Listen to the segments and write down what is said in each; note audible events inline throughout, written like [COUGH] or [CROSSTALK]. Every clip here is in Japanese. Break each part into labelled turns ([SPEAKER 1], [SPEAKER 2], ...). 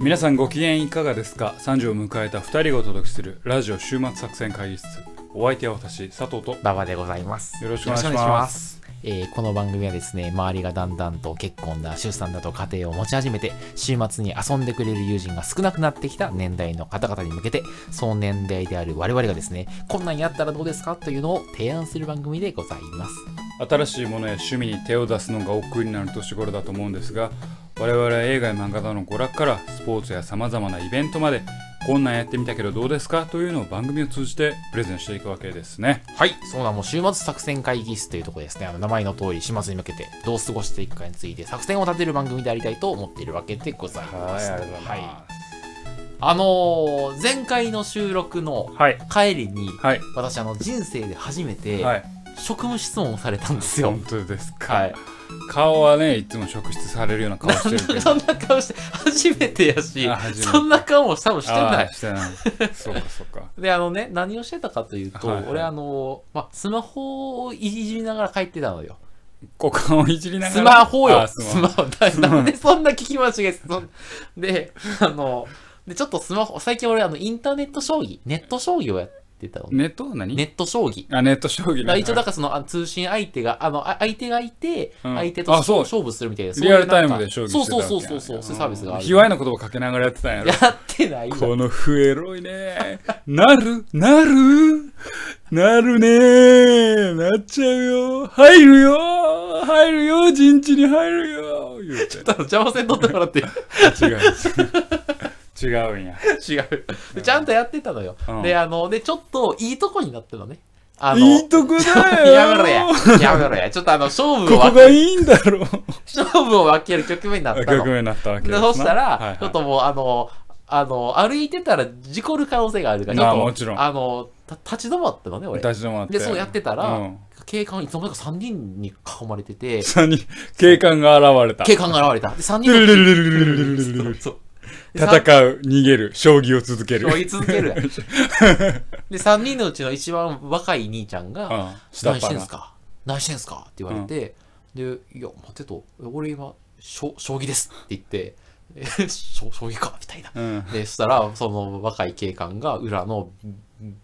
[SPEAKER 1] 皆さんご機嫌いかがですか ?3 時を迎えた2人がお届けするラジオ週末作戦会議室。お相手は私、佐藤とよ
[SPEAKER 2] 馬場でございます。
[SPEAKER 1] ろしくお願いし
[SPEAKER 2] よろしくお願いし
[SPEAKER 1] ま。
[SPEAKER 2] ますえーこの番組はですね、周りがだんだんと結婚だ、出産だと家庭を持ち始めて、週末に遊んでくれる友人が少なくなってきた年代の方々に向けて、その年代である我々がですね、こんなんやったらどうですかというのを提案する番組でございます。
[SPEAKER 1] 新しいものや趣味に手を出すのが億劫になる年頃だと思うんですが我々は映画や漫画などの娯楽からスポーツやさまざまなイベントまでこんなんやってみたけどどうですかというのを番組を通じてプレゼンしていくわけですね
[SPEAKER 2] はい、そうなもう週末作戦会議室というところですね、あの名前の通り、週末に向けてどう過ごしていくかについて作戦を立てる番組でありたいと思っているわけでございます。はいあのー前回の収録の
[SPEAKER 1] はい
[SPEAKER 2] 帰りに、
[SPEAKER 1] はい
[SPEAKER 2] 私あの人生で初めて
[SPEAKER 1] はい
[SPEAKER 2] 職務質問をされたんですよ
[SPEAKER 1] 本。当ですか、
[SPEAKER 2] はい。
[SPEAKER 1] 顔はねいつも職質されるような顔してるけ
[SPEAKER 2] [LAUGHS]
[SPEAKER 1] ど
[SPEAKER 2] そんな顔して初めてやし
[SPEAKER 1] あ初めて
[SPEAKER 2] そんな顔も多分してな
[SPEAKER 1] あ
[SPEAKER 2] い
[SPEAKER 1] ー。してないそうかそうか
[SPEAKER 2] であのね何をしてたかというと、
[SPEAKER 1] はいはい
[SPEAKER 2] 俺あのー、まあ、スマホをいじりながら帰ってたのよ。
[SPEAKER 1] 股間をいじりながら
[SPEAKER 2] スマホ
[SPEAKER 1] あー
[SPEAKER 2] よ。
[SPEAKER 1] ス
[SPEAKER 2] ス
[SPEAKER 1] マホ
[SPEAKER 2] マホ。だなんでそんな聞き間違えそんで、あの、で、ちょっとスマホ、最近俺、あの、インターネット将棋、ネット将棋をやってたの。
[SPEAKER 1] ネットは何
[SPEAKER 2] ネット将棋。
[SPEAKER 1] あネット将棋
[SPEAKER 2] だから一応、だからその、あ通信相手が、あの、あ相手がいて、
[SPEAKER 1] うん
[SPEAKER 2] 相手と
[SPEAKER 1] あそう
[SPEAKER 2] 勝負するみたいな。そうい
[SPEAKER 1] リ
[SPEAKER 2] う
[SPEAKER 1] アルタイムで将棋してた
[SPEAKER 2] そ
[SPEAKER 1] わ
[SPEAKER 2] う
[SPEAKER 1] け
[SPEAKER 2] そうそうそう、そうそういうサービスがある。
[SPEAKER 1] 卑猥な言葉かけながらやってたんやろ
[SPEAKER 2] やってないよ。
[SPEAKER 1] この笛エロいね。なるなるなるねなっちゃうよ入るよ入るよ陣地に入るよ言うて。
[SPEAKER 2] 邪魔せんとってもらって。
[SPEAKER 1] 違
[SPEAKER 2] [LAUGHS]
[SPEAKER 1] う。違うんや。
[SPEAKER 2] 違う。でちゃんとやってたのよ。
[SPEAKER 1] うん
[SPEAKER 2] で、あの、で、ちょっと、いいとこになったのね。あの、
[SPEAKER 1] いいとこだよ
[SPEAKER 2] やめろや。やめろや。ちょっとあの、勝負
[SPEAKER 1] こ
[SPEAKER 2] を
[SPEAKER 1] こ
[SPEAKER 2] 分
[SPEAKER 1] が
[SPEAKER 2] け
[SPEAKER 1] い
[SPEAKER 2] る、
[SPEAKER 1] いんだろう。
[SPEAKER 2] 勝負を分ける局面になった
[SPEAKER 1] 局
[SPEAKER 2] の。
[SPEAKER 1] 面になったわけ
[SPEAKER 2] で、
[SPEAKER 1] ですな
[SPEAKER 2] そし
[SPEAKER 1] はい
[SPEAKER 2] た
[SPEAKER 1] は
[SPEAKER 2] ら
[SPEAKER 1] い、
[SPEAKER 2] ちょっともう、あの、あの、歩いてたら事故る可能性があるから、ち
[SPEAKER 1] まあ
[SPEAKER 2] ょっと
[SPEAKER 1] もちろん
[SPEAKER 2] あの、た立ち止まったのね、俺。
[SPEAKER 1] 立ち止まって。
[SPEAKER 2] で、そうやってたら、
[SPEAKER 1] うん
[SPEAKER 2] 警官いつの間にか3人に囲まれてて、
[SPEAKER 1] 下に警官が現れた。
[SPEAKER 2] 警官が現れた。で、3人
[SPEAKER 1] ルル
[SPEAKER 2] の
[SPEAKER 1] ルルルルルルルルルル
[SPEAKER 2] そうで
[SPEAKER 1] 戦う、逃げる、将棋を続ける。
[SPEAKER 2] 追い続け
[SPEAKER 1] [LAUGHS]
[SPEAKER 2] る。で、3人のうちの一番若い兄ちゃん
[SPEAKER 1] う
[SPEAKER 2] が、
[SPEAKER 1] ん下
[SPEAKER 2] 何
[SPEAKER 1] っ
[SPEAKER 2] してん
[SPEAKER 1] 端
[SPEAKER 2] す。か何してんすかって言われて、で、いや、待てと、俺今、しょ将棋ですって言って、え将将棋かみたいな。
[SPEAKER 1] うん。
[SPEAKER 2] で、そしたら、その若い警官が裏の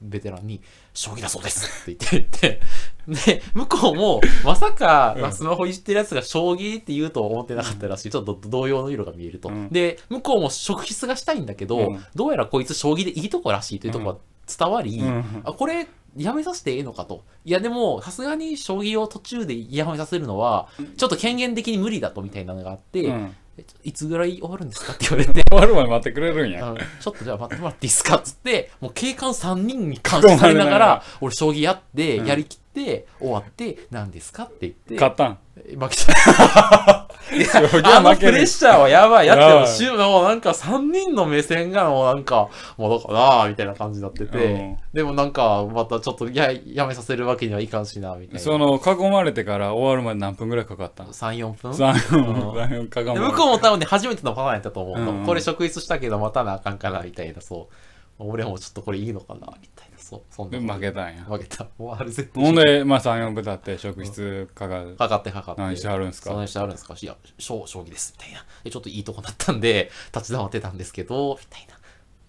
[SPEAKER 2] ベテランに、将棋だそうですって言って言って、で、向こうも、まさか、まあスマホいじってるやつが将棋って言うとは思ってなかったらしい。ちょっと動揺の色が見えると。
[SPEAKER 1] うん
[SPEAKER 2] で、向こうも職質がしたいんだけど、
[SPEAKER 1] うん
[SPEAKER 2] どうやらこいつ将棋でいいとこらしいというところは伝わり、
[SPEAKER 1] うん
[SPEAKER 2] あこれやめさせてええのかと。いやでも、さすがに将棋を途中でやめさせるのは、ちょっと権限的に無理だとみたいなのがあって、
[SPEAKER 1] うん
[SPEAKER 2] えちょいつぐらい終わるんですかって言われて、
[SPEAKER 1] 終わるまで待ってくれるんや。
[SPEAKER 2] あのちょっとじゃあ待ってもらっていいですかっつって、もう警官3人に監視され
[SPEAKER 1] 囲まれな
[SPEAKER 2] なが
[SPEAKER 1] がら [LAUGHS]
[SPEAKER 2] ら、俺将棋やって、
[SPEAKER 1] うん
[SPEAKER 2] やりきって、終わって、何ですかって言って、
[SPEAKER 1] 勝ったん。
[SPEAKER 2] え負けちゃった。
[SPEAKER 1] 将棋
[SPEAKER 2] あの
[SPEAKER 1] は負
[SPEAKER 2] プ
[SPEAKER 1] け
[SPEAKER 2] レ
[SPEAKER 1] る
[SPEAKER 2] ッ。シャーはやばい。や
[SPEAKER 1] やばい
[SPEAKER 2] ってるし、もうなんか3人の目線がもうなんか、もうどうかなみたいな感じになってて、
[SPEAKER 1] うん
[SPEAKER 2] でもなんか、またちょっとややめさせるわけにはいかんしな、みたいな。
[SPEAKER 1] その、囲まれてから終わるまで何分ぐらいかかったん
[SPEAKER 2] 3、4分
[SPEAKER 1] ?3、
[SPEAKER 2] うん
[SPEAKER 1] 4、3、4、
[SPEAKER 2] で
[SPEAKER 1] 囲
[SPEAKER 2] 向
[SPEAKER 1] ま
[SPEAKER 2] こうも多分ね、初めてのパターンやったと思うの。
[SPEAKER 1] うん
[SPEAKER 2] これ、職質したけど、またなあかんかな、みたいな、そう。俺もちょっとこれいいのかな、みたいな、そう。そん
[SPEAKER 1] れて。
[SPEAKER 2] な
[SPEAKER 1] 負けたんや。
[SPEAKER 2] 負けた。もうあれ絶対。
[SPEAKER 1] ほんで、まあ3、4分経って職質かかる。
[SPEAKER 2] かかってかかって。
[SPEAKER 1] 何してはるんすか
[SPEAKER 2] その人あるんですかいや、将将棋です、みたいな。でちょっといいとこだったんで、 [LAUGHS] 立ち止まってたんですけど、みたいな。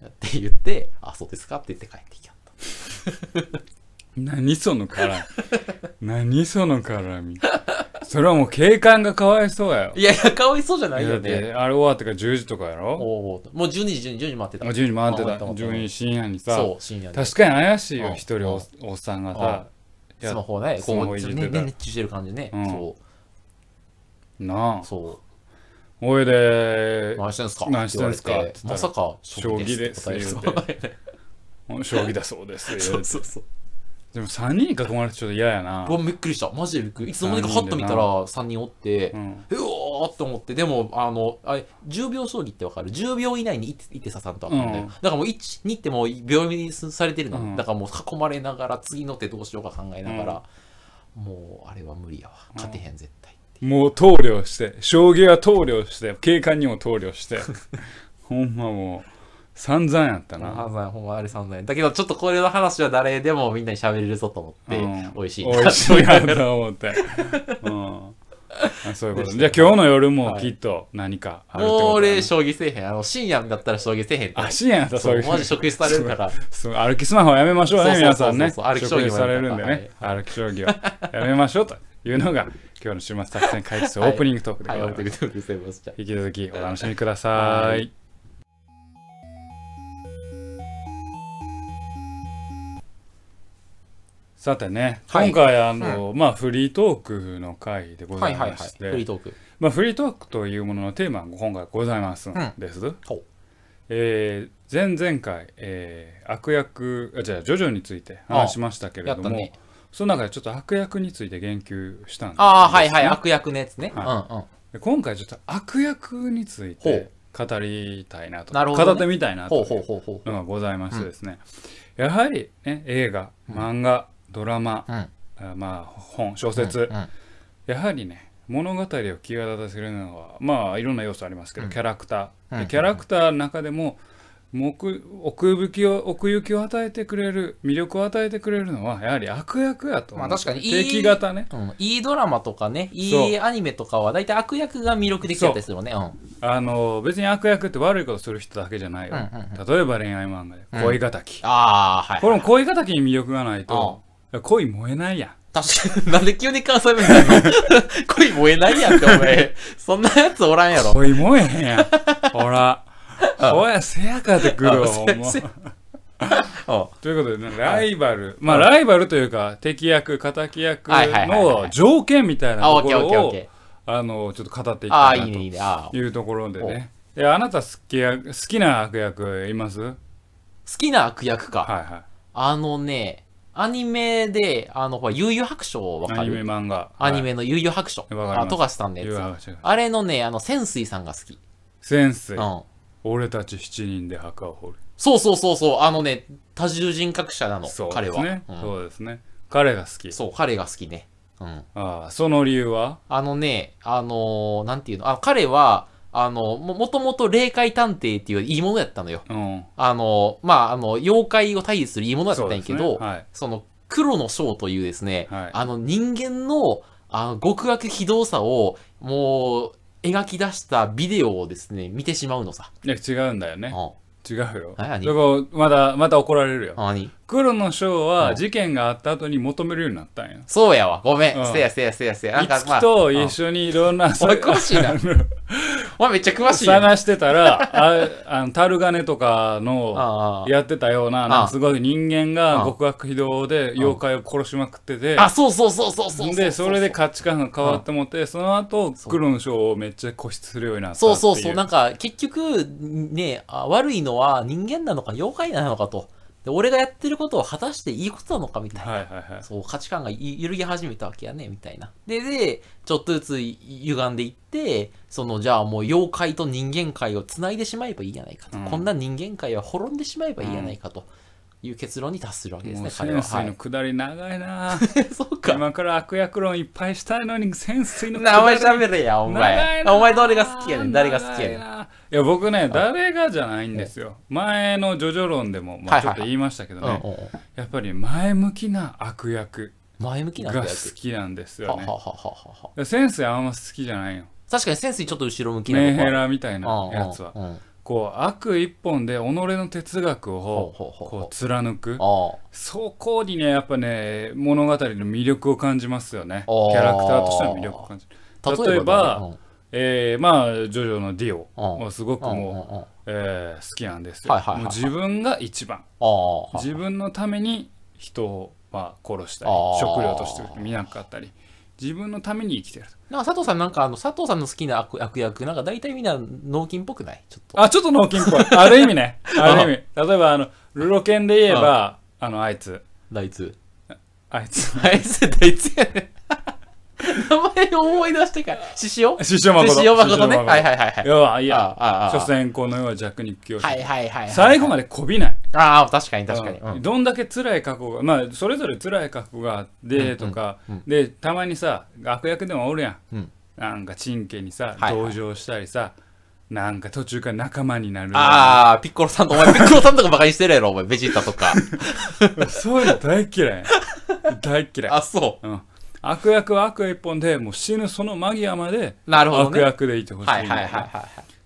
[SPEAKER 2] って言って、あ、そうですかって言って帰ってきた。
[SPEAKER 1] 何その絡み。何その絡み。それはもう警官がかわいそうやよ。
[SPEAKER 2] いやいや、かわいそうじゃないい
[SPEAKER 1] やだ
[SPEAKER 2] よ
[SPEAKER 1] って、
[SPEAKER 2] ね。
[SPEAKER 1] あれ終わってから10時とかやろ
[SPEAKER 2] おうおうもう12時、12時、12時待ってた。
[SPEAKER 1] あ10時回って
[SPEAKER 2] あ終わ
[SPEAKER 1] た。
[SPEAKER 2] った終わった
[SPEAKER 1] 10時深夜にさ。
[SPEAKER 2] そう、深夜に。
[SPEAKER 1] 確かに怪しいよ
[SPEAKER 2] う、ん
[SPEAKER 1] 一人おおっさんがさ。いや
[SPEAKER 2] スマホね、
[SPEAKER 1] スマ
[SPEAKER 2] こ
[SPEAKER 1] ホ
[SPEAKER 2] う、
[SPEAKER 1] いじっ
[SPEAKER 2] ちょ
[SPEAKER 1] て
[SPEAKER 2] ったとねね、熱中してる感じね。
[SPEAKER 1] うん
[SPEAKER 2] そ
[SPEAKER 1] なあ
[SPEAKER 2] う、。そ
[SPEAKER 1] おいで
[SPEAKER 2] う。、何してんすか
[SPEAKER 1] 何してんすか
[SPEAKER 2] って言われて
[SPEAKER 1] って言
[SPEAKER 2] ま
[SPEAKER 1] った
[SPEAKER 2] さ
[SPEAKER 1] ら
[SPEAKER 2] か、って
[SPEAKER 1] 将
[SPEAKER 2] 答
[SPEAKER 1] 棋
[SPEAKER 2] える人
[SPEAKER 1] 将棋だそうです。
[SPEAKER 2] [LAUGHS] そうそうそう。
[SPEAKER 1] でも3人に囲まれてちょっと嫌やな
[SPEAKER 2] う。わ、びっくりした。マジでびっくり。いつの間にかハッと見たら3人おって
[SPEAKER 1] う、ん。
[SPEAKER 2] うおーって思って、でも、あの、あれ、10秒将棋ってわかる ?10 秒以内に1手刺さんとあかんだよ。
[SPEAKER 1] うん
[SPEAKER 2] だからもう1、2ってもう秒読みにされてるの。
[SPEAKER 1] うん
[SPEAKER 2] だからもう囲まれながら、次の手どうしようか考えながら、もう、あれは無理やわ。勝てへん、絶対。
[SPEAKER 1] もう投了して、将棋は投了して、警官にも投了
[SPEAKER 2] [LAUGHS]
[SPEAKER 1] して、ほんまもう、散々やったな。
[SPEAKER 2] あざほんまあれさんだよ。だけど、ちょっとこれの話は誰でもみんなに喋れるぞと思って、美味しい [LAUGHS]
[SPEAKER 1] 美味しいなと思って。うん。あそういうこと
[SPEAKER 2] です
[SPEAKER 1] じゃあ今日の夜もきっと何かあるってことだね
[SPEAKER 2] もう俺、将棋せえへん。あの、深夜だったら将棋せえへんって。
[SPEAKER 1] あ、深夜なんだ、そういう。
[SPEAKER 2] マジ職質されるから。
[SPEAKER 1] [LAUGHS] そう歩きスマホはやめましょうね、
[SPEAKER 2] そうそう
[SPEAKER 1] 皆
[SPEAKER 2] そう
[SPEAKER 1] さ
[SPEAKER 2] そうん
[SPEAKER 1] ね。
[SPEAKER 2] 歩き将棋も
[SPEAKER 1] 食事されるんで
[SPEAKER 2] やめ
[SPEAKER 1] ね。歩き将棋はやめましょうというのが、今日の週末作戦解説オ
[SPEAKER 2] はい
[SPEAKER 1] ープニングトークでござ
[SPEAKER 2] はい、
[SPEAKER 1] い
[SPEAKER 2] お
[SPEAKER 1] ま
[SPEAKER 2] め
[SPEAKER 1] す
[SPEAKER 2] でとうございます。じゃあ
[SPEAKER 1] 引き続きお楽しみくださ。
[SPEAKER 2] はい
[SPEAKER 1] さてね、
[SPEAKER 2] はい
[SPEAKER 1] 今回あの、まあフリートークの回でござ
[SPEAKER 2] はいいはい
[SPEAKER 1] ま
[SPEAKER 2] はい。
[SPEAKER 1] し
[SPEAKER 2] フ
[SPEAKER 1] て、
[SPEAKER 2] リートーク。
[SPEAKER 1] まあフリートークというもののテーマが今回ございますん
[SPEAKER 2] うん
[SPEAKER 1] です。
[SPEAKER 2] ほう
[SPEAKER 1] えー前々回、えー悪役あじゃあジョジョについて話しましたけれ
[SPEAKER 2] やっ
[SPEAKER 1] ど
[SPEAKER 2] た
[SPEAKER 1] も、
[SPEAKER 2] ね。
[SPEAKER 1] その中でちょっと悪役について言及したんですね
[SPEAKER 2] ああ、はいはい。悪役のやつね。うんうん。
[SPEAKER 1] は
[SPEAKER 2] は
[SPEAKER 1] で今回ちょっと悪役につい
[SPEAKER 2] ほ
[SPEAKER 1] て
[SPEAKER 2] う
[SPEAKER 1] 語りたいなと
[SPEAKER 2] なるほどね
[SPEAKER 1] 語ってみたいなと
[SPEAKER 2] ほうほ
[SPEAKER 1] いう
[SPEAKER 2] ほうほ
[SPEAKER 1] うのがございましてですね、やはり、ね、映画漫画、ドラマ
[SPEAKER 2] う。うん。
[SPEAKER 1] あまあ本小説、
[SPEAKER 2] うんうん
[SPEAKER 1] やはりね物語を際立たせるのはまあいろんな要素ありますけど、
[SPEAKER 2] うん
[SPEAKER 1] キャラクター、で
[SPEAKER 2] うん
[SPEAKER 1] キャラクターの中でももう奥奥行きを奥行きを与えてくれる魅力を与えてくれるのはやはり悪役やと思う
[SPEAKER 2] まあ確かにいい
[SPEAKER 1] 敵型ね
[SPEAKER 2] うんいいドラマとかね、
[SPEAKER 1] そ
[SPEAKER 2] いういアニメとかは、大体悪役が魅力的だったりするよね。うん。うん
[SPEAKER 1] あの別に悪役って悪いことする人だけじゃないよ、
[SPEAKER 2] うんうん
[SPEAKER 1] 例えば恋愛漫画で
[SPEAKER 2] うん
[SPEAKER 1] 恋敵、
[SPEAKER 2] ああ、はい。
[SPEAKER 1] この恋敵に魅力がないと恋燃えないやん
[SPEAKER 2] 確かに、 [LAUGHS] なんで急に関西弁なの [LAUGHS] 恋燃えないやんって、お前。そんなやつおらんやろ。
[SPEAKER 1] 恋燃えへんやん
[SPEAKER 2] [LAUGHS]
[SPEAKER 1] ほらほやせやかてくるわ
[SPEAKER 2] あ
[SPEAKER 1] ほんま
[SPEAKER 2] せせうん
[SPEAKER 1] ということで、ね、ライバル、まあライバルというか敵役敵役
[SPEAKER 2] はいはいはいは
[SPEAKER 1] の
[SPEAKER 2] い
[SPEAKER 1] 条件みたいな
[SPEAKER 2] あ、オ
[SPEAKER 1] と
[SPEAKER 2] ッ
[SPEAKER 1] こ
[SPEAKER 2] ケーオ
[SPEAKER 1] ろ
[SPEAKER 2] ッケーオッ
[SPEAKER 1] を
[SPEAKER 2] ケ
[SPEAKER 1] あのちょっと語ってい
[SPEAKER 2] ー。
[SPEAKER 1] き
[SPEAKER 2] ああ、
[SPEAKER 1] たい
[SPEAKER 2] いいね、い
[SPEAKER 1] ない
[SPEAKER 2] ね。ああ
[SPEAKER 1] というところでねであなた好きや好きな悪役いますはい
[SPEAKER 2] 好きな悪役か。
[SPEAKER 1] は
[SPEAKER 2] あのね、アニメで、あの、ほら、悠々白書わ
[SPEAKER 1] い
[SPEAKER 2] か
[SPEAKER 1] アニメ
[SPEAKER 2] る
[SPEAKER 1] 漫画
[SPEAKER 2] アニメの悠々白書。
[SPEAKER 1] わかります
[SPEAKER 2] あ、富樫さんの
[SPEAKER 1] はいい
[SPEAKER 2] や
[SPEAKER 1] う
[SPEAKER 2] つ。
[SPEAKER 1] 話
[SPEAKER 2] あれのね、あの、潜水さんが好き。
[SPEAKER 1] 潜水
[SPEAKER 2] うん。
[SPEAKER 1] 俺たち7人で墓を掘る
[SPEAKER 2] そうそうそうそう、あのね、多重人格者なの、
[SPEAKER 1] そう
[SPEAKER 2] 彼
[SPEAKER 1] です
[SPEAKER 2] は、
[SPEAKER 1] ね
[SPEAKER 2] うん
[SPEAKER 1] そうですね彼が好き
[SPEAKER 2] そう、彼が好きね。うん。
[SPEAKER 1] ああその理由は
[SPEAKER 2] あのね、あのーなんていうの、あ彼は、あの、も、もともと霊界探偵っていういいものやったのよ。
[SPEAKER 1] うん
[SPEAKER 2] あの、まあ、あの、妖怪を退治するいいものだったんやけ
[SPEAKER 1] そう
[SPEAKER 2] ど、
[SPEAKER 1] ですねはい
[SPEAKER 2] その、黒の章というですね、
[SPEAKER 1] はい
[SPEAKER 2] あの、人間の、あの、極悪非道さを、もう、描き出したビデオをですね、見てしまうのさ。
[SPEAKER 1] いや違うんだよ
[SPEAKER 2] うん。
[SPEAKER 1] ね
[SPEAKER 2] あ
[SPEAKER 1] 違うよ
[SPEAKER 2] 何
[SPEAKER 1] そこまだまた怒られるよ
[SPEAKER 2] 何
[SPEAKER 1] 黒の章
[SPEAKER 2] う
[SPEAKER 1] は
[SPEAKER 2] ん
[SPEAKER 1] 事件があった後に求めるようになったんや。
[SPEAKER 2] そうやわ。ごめん。
[SPEAKER 1] うん
[SPEAKER 2] せやせやせやせや。なん
[SPEAKER 1] い
[SPEAKER 2] か、
[SPEAKER 1] つ
[SPEAKER 2] ま
[SPEAKER 1] き
[SPEAKER 2] あ、
[SPEAKER 1] と
[SPEAKER 2] うん
[SPEAKER 1] 一緒にいろんな、
[SPEAKER 2] お前詳し
[SPEAKER 1] [LAUGHS]
[SPEAKER 2] いなお前めっちゃ詳しいやん。
[SPEAKER 1] 探してた
[SPEAKER 2] [LAUGHS]
[SPEAKER 1] ら、ああの樽金とかの
[SPEAKER 2] あ
[SPEAKER 1] やってたような、
[SPEAKER 2] ん
[SPEAKER 1] なんかすごい人間が
[SPEAKER 2] うん
[SPEAKER 1] 極悪非道で妖怪を殺しまくってて
[SPEAKER 2] あ、あ、そうそうそうそうそうう。
[SPEAKER 1] で、それで価値観が変わってもって、その後、黒の章をめっちゃ固執するようになったってい
[SPEAKER 2] そうそうそう、なんか結局、ねあ、悪いのは人間なのか妖怪なのかと。で、俺がやってることは果たしていいことなのかみたいな。
[SPEAKER 1] はいはいはい。
[SPEAKER 2] そう、価値観がい揺るぎ始めたわけやね、みたいな。で、で、ちょっとずつ歪んでいって、その、じゃあもう妖怪と人間界を繋いでしまえばいいじゃないかと。
[SPEAKER 1] うん
[SPEAKER 2] こんな人間界は滅んでしまえばいいじゃないかと。いう結論に達するわけです
[SPEAKER 1] もう
[SPEAKER 2] ね、彼は。
[SPEAKER 1] 潜
[SPEAKER 2] は
[SPEAKER 1] 水の
[SPEAKER 2] い、
[SPEAKER 1] 下り長いな
[SPEAKER 2] [LAUGHS] そうか。
[SPEAKER 1] 今から悪役論いっぱいしたいのに、潜水の
[SPEAKER 2] 名
[SPEAKER 1] 下
[SPEAKER 2] 前
[SPEAKER 1] り
[SPEAKER 2] 喋れや、お前。お前誰が好きやねん、誰が好きやねん。はい
[SPEAKER 1] んいや僕ね誰がじゃないんですよ前の「ジョジョ論」でも、ま
[SPEAKER 2] は
[SPEAKER 1] あ、
[SPEAKER 2] い
[SPEAKER 1] ちょっ
[SPEAKER 2] はいはい
[SPEAKER 1] と言いましたけどね、
[SPEAKER 2] うんうんうん
[SPEAKER 1] やっぱり前向きな悪役
[SPEAKER 2] 前向きなんだ
[SPEAKER 1] が
[SPEAKER 2] よ。
[SPEAKER 1] 好きなんです
[SPEAKER 2] は
[SPEAKER 1] よ
[SPEAKER 2] は
[SPEAKER 1] ね
[SPEAKER 2] はははは。
[SPEAKER 1] センスあんま好きじゃないよ
[SPEAKER 2] 確かにセンスにちょっと後ろ向きな
[SPEAKER 1] メンヘ
[SPEAKER 2] な
[SPEAKER 1] ラみたいなやつは
[SPEAKER 2] うんうんうん
[SPEAKER 1] こう悪一本で己の哲学を
[SPEAKER 2] ほうほうほう
[SPEAKER 1] こう貫く
[SPEAKER 2] あ
[SPEAKER 1] そこにねやっぱね物語の魅力を感じますよねキ
[SPEAKER 2] あー
[SPEAKER 1] ャラクターとしての魅力を感じる
[SPEAKER 2] あ
[SPEAKER 1] 例えば、
[SPEAKER 2] うん
[SPEAKER 1] えーまあジョジョのディオ
[SPEAKER 2] うん
[SPEAKER 1] もうすごく
[SPEAKER 2] うん
[SPEAKER 1] もう
[SPEAKER 2] うんうんあ
[SPEAKER 1] えー好きなんですよ、
[SPEAKER 2] はいはいはいはい
[SPEAKER 1] もう自分が一番
[SPEAKER 2] あ
[SPEAKER 1] 自分のために人を、まあ、殺したり
[SPEAKER 2] あー
[SPEAKER 1] 食料として見なかったり自分のために生きてると
[SPEAKER 2] なんか佐藤さんなんかあの佐藤さんの好きな悪悪役なんか大体みんな脳筋っぽくないちょっと
[SPEAKER 1] あちょっと脳筋っぽいある意味
[SPEAKER 2] [LAUGHS]
[SPEAKER 1] ねある意味例えばあのルロケンで言えばあのあいつ
[SPEAKER 2] 大通
[SPEAKER 1] あいつ [LAUGHS]
[SPEAKER 2] 大通大通やね名前を思い出してから獅子王
[SPEAKER 1] 師匠誠
[SPEAKER 2] 獅子王誠ね
[SPEAKER 1] 獅子王
[SPEAKER 2] はいはいはいはい
[SPEAKER 1] 要はい
[SPEAKER 2] あ
[SPEAKER 1] や
[SPEAKER 2] あああ
[SPEAKER 1] 所詮この世は弱肉強食、
[SPEAKER 2] はいはいはいはい
[SPEAKER 1] 最後までこびない
[SPEAKER 2] ああ確かに確かに
[SPEAKER 1] うん
[SPEAKER 2] うん
[SPEAKER 1] どんだけ辛い過去がまあそれぞれ辛い過去があってとか、
[SPEAKER 2] うんうん
[SPEAKER 1] でたまにさ悪役でもおるやん
[SPEAKER 2] うん
[SPEAKER 1] なんか陳家にさ
[SPEAKER 2] いはい
[SPEAKER 1] 同情したりさ、なんか途中から仲間になる
[SPEAKER 2] ああピッコロさんと
[SPEAKER 1] [LAUGHS]
[SPEAKER 2] お前ピッコロさんとかバカにしてるやろお前ベジータとか
[SPEAKER 1] そういうの大嫌い大嫌い
[SPEAKER 2] あそう
[SPEAKER 1] うん、悪役は悪一本でもう死ぬその間際まで
[SPEAKER 2] なるほど
[SPEAKER 1] 悪
[SPEAKER 2] ね。はい
[SPEAKER 1] 役でいてほしいんだ
[SPEAKER 2] は
[SPEAKER 1] よ
[SPEAKER 2] い
[SPEAKER 1] ね、
[SPEAKER 2] はいはいはい。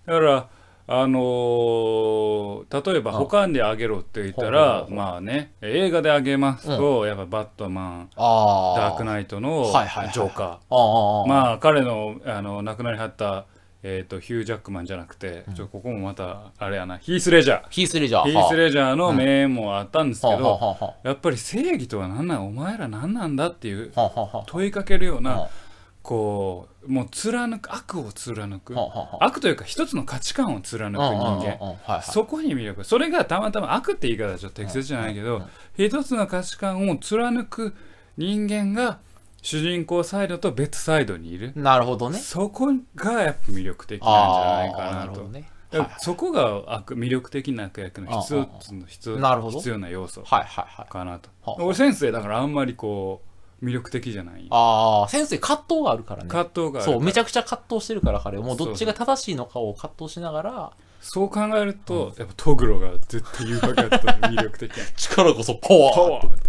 [SPEAKER 1] だからあのー例えば
[SPEAKER 2] うん
[SPEAKER 1] 他であげろって言った
[SPEAKER 2] ほうほう
[SPEAKER 1] ら
[SPEAKER 2] ほう
[SPEAKER 1] まあね映画であげますと、やっぱバットマン
[SPEAKER 2] ああ。
[SPEAKER 1] ダークナイトのジ
[SPEAKER 2] はいはいはい
[SPEAKER 1] ョーカー
[SPEAKER 2] ああ。ああ
[SPEAKER 1] まあ彼のあの亡くなりはった、えー、とヒュー・ジャックマンじゃなくて、ちょここもまたあれやなヒース・レジャー
[SPEAKER 2] ヒースレジャー。
[SPEAKER 1] ヒース・
[SPEAKER 2] ジ
[SPEAKER 1] レジャーの名演もあったんですけど、
[SPEAKER 2] はあはあは
[SPEAKER 1] やっぱり正義とは何なんお前ら何なんだっていう
[SPEAKER 2] あはあはあは
[SPEAKER 1] 問いかけるよう
[SPEAKER 2] あ。
[SPEAKER 1] な、
[SPEAKER 2] は
[SPEAKER 1] こうもう貫く悪を貫く、
[SPEAKER 2] あはあはあ。
[SPEAKER 1] 悪というか一つの価値観を貫く人間、
[SPEAKER 2] うんうんうんうんはいはい
[SPEAKER 1] そこに魅力それがたまたま悪って言い方はちょっと適切じゃないけど、一つの価値観を貫く人間が主人公サイドと別サイドにいる、
[SPEAKER 2] なるほどね。
[SPEAKER 1] そこがやっぱ魅力的なんじゃ
[SPEAKER 2] あ
[SPEAKER 1] ないか
[SPEAKER 2] あ、な
[SPEAKER 1] な
[SPEAKER 2] るほ
[SPEAKER 1] と
[SPEAKER 2] どね。
[SPEAKER 1] だからそこが悪魅力的な悪役の必要の必要
[SPEAKER 2] なるほど
[SPEAKER 1] 必要な要素
[SPEAKER 2] はいはいはい。
[SPEAKER 1] かなと
[SPEAKER 2] はあ
[SPEAKER 1] 俺先生だからあんまりこう魅力的じゃない
[SPEAKER 2] ああ、先生、葛藤があるからね。
[SPEAKER 1] 葛藤がある
[SPEAKER 2] そう、めちゃくちゃ葛藤してるから、彼。もう
[SPEAKER 1] そう
[SPEAKER 2] どっちが正しいのかを葛藤しながら、
[SPEAKER 1] そう考えると、やっぱトグロが絶対誘惑だった魅力的や
[SPEAKER 2] 力こそパワ
[SPEAKER 1] パワーって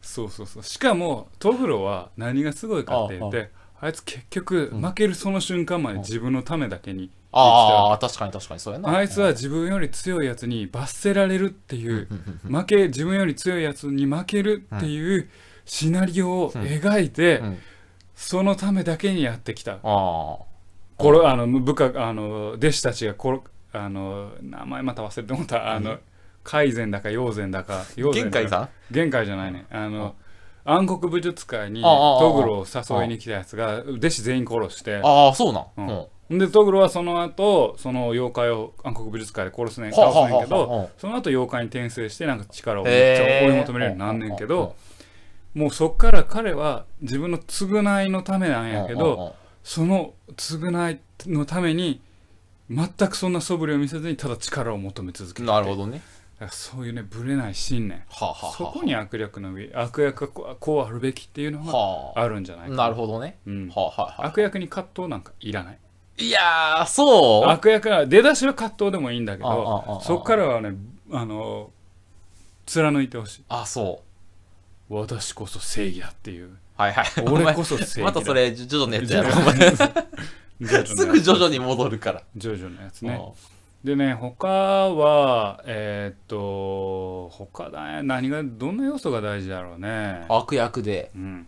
[SPEAKER 1] そうそうそうしかもトグロは何がすごいかって言ってあいつ結局負けるその瞬間まで自分のためだけに
[SPEAKER 2] ああ、確かに確かに、そうやな。
[SPEAKER 1] あいつは自分より強いやつに罰せられるっていう負け自分より強いやつに負けるっていうシナリオを描いて
[SPEAKER 2] うん
[SPEAKER 1] そのためだけにやってきた
[SPEAKER 2] あ
[SPEAKER 1] これあの部下あの弟子たちがこれあの名前また忘れて思ったあの改善だか陽善だか
[SPEAKER 2] あ。
[SPEAKER 1] 陽
[SPEAKER 2] 玄
[SPEAKER 1] 禅
[SPEAKER 2] 海さん
[SPEAKER 1] 玄海じゃないねあの暗黒武術界に
[SPEAKER 2] ああああ
[SPEAKER 1] トグロを誘いに来たやつが弟子全員殺して
[SPEAKER 2] ああ、そうなん。
[SPEAKER 1] う
[SPEAKER 2] うんん。
[SPEAKER 1] でトグロはその後その妖怪を暗黒武術界で殺すねん
[SPEAKER 2] はあ
[SPEAKER 1] 倒
[SPEAKER 2] はあ
[SPEAKER 1] すねんけ
[SPEAKER 2] はあは
[SPEAKER 1] ど
[SPEAKER 2] あ
[SPEAKER 1] その後妖怪に転生してなんか力をめっちゃ
[SPEAKER 2] へえ
[SPEAKER 1] 追い求めれるようになんねんけど、もうそっから彼は自分の償いのためなん
[SPEAKER 2] うん
[SPEAKER 1] やけ
[SPEAKER 2] うんうん
[SPEAKER 1] ど
[SPEAKER 2] うん
[SPEAKER 1] その償いのために全くそんな素振りを見せずにただ力を求め続けて
[SPEAKER 2] なるほどね。
[SPEAKER 1] だからそういうねぶれない信念
[SPEAKER 2] はあ、はあはあ、
[SPEAKER 1] そこに悪役の魅悪役がこうこうあるべきっていうのが
[SPEAKER 2] は
[SPEAKER 1] あるんじゃな
[SPEAKER 2] あ。
[SPEAKER 1] いか
[SPEAKER 2] なるほどね。
[SPEAKER 1] うん
[SPEAKER 2] はあ、はいは
[SPEAKER 1] 悪役に葛藤なんかいらない
[SPEAKER 2] い。いやー、そう
[SPEAKER 1] 悪役は出だしは葛藤でもいいんだけ
[SPEAKER 2] あああああ
[SPEAKER 1] ど
[SPEAKER 2] あ
[SPEAKER 1] そっからはねあの貫いてほしい
[SPEAKER 2] あ、そう。
[SPEAKER 1] 私こそ正義だって
[SPEAKER 2] [LAUGHS]
[SPEAKER 1] いう
[SPEAKER 2] はいはい。
[SPEAKER 1] 俺こそ正義だ
[SPEAKER 2] またそれ、ジョジョのやつやろ。
[SPEAKER 1] 徐々に
[SPEAKER 2] [LAUGHS] すぐジョジョに戻るから。
[SPEAKER 1] ジョジョのやつ
[SPEAKER 2] うん
[SPEAKER 1] ねでね他はえーっと他だね何がどんな要素が大事だろうね
[SPEAKER 2] 悪役で。
[SPEAKER 1] うん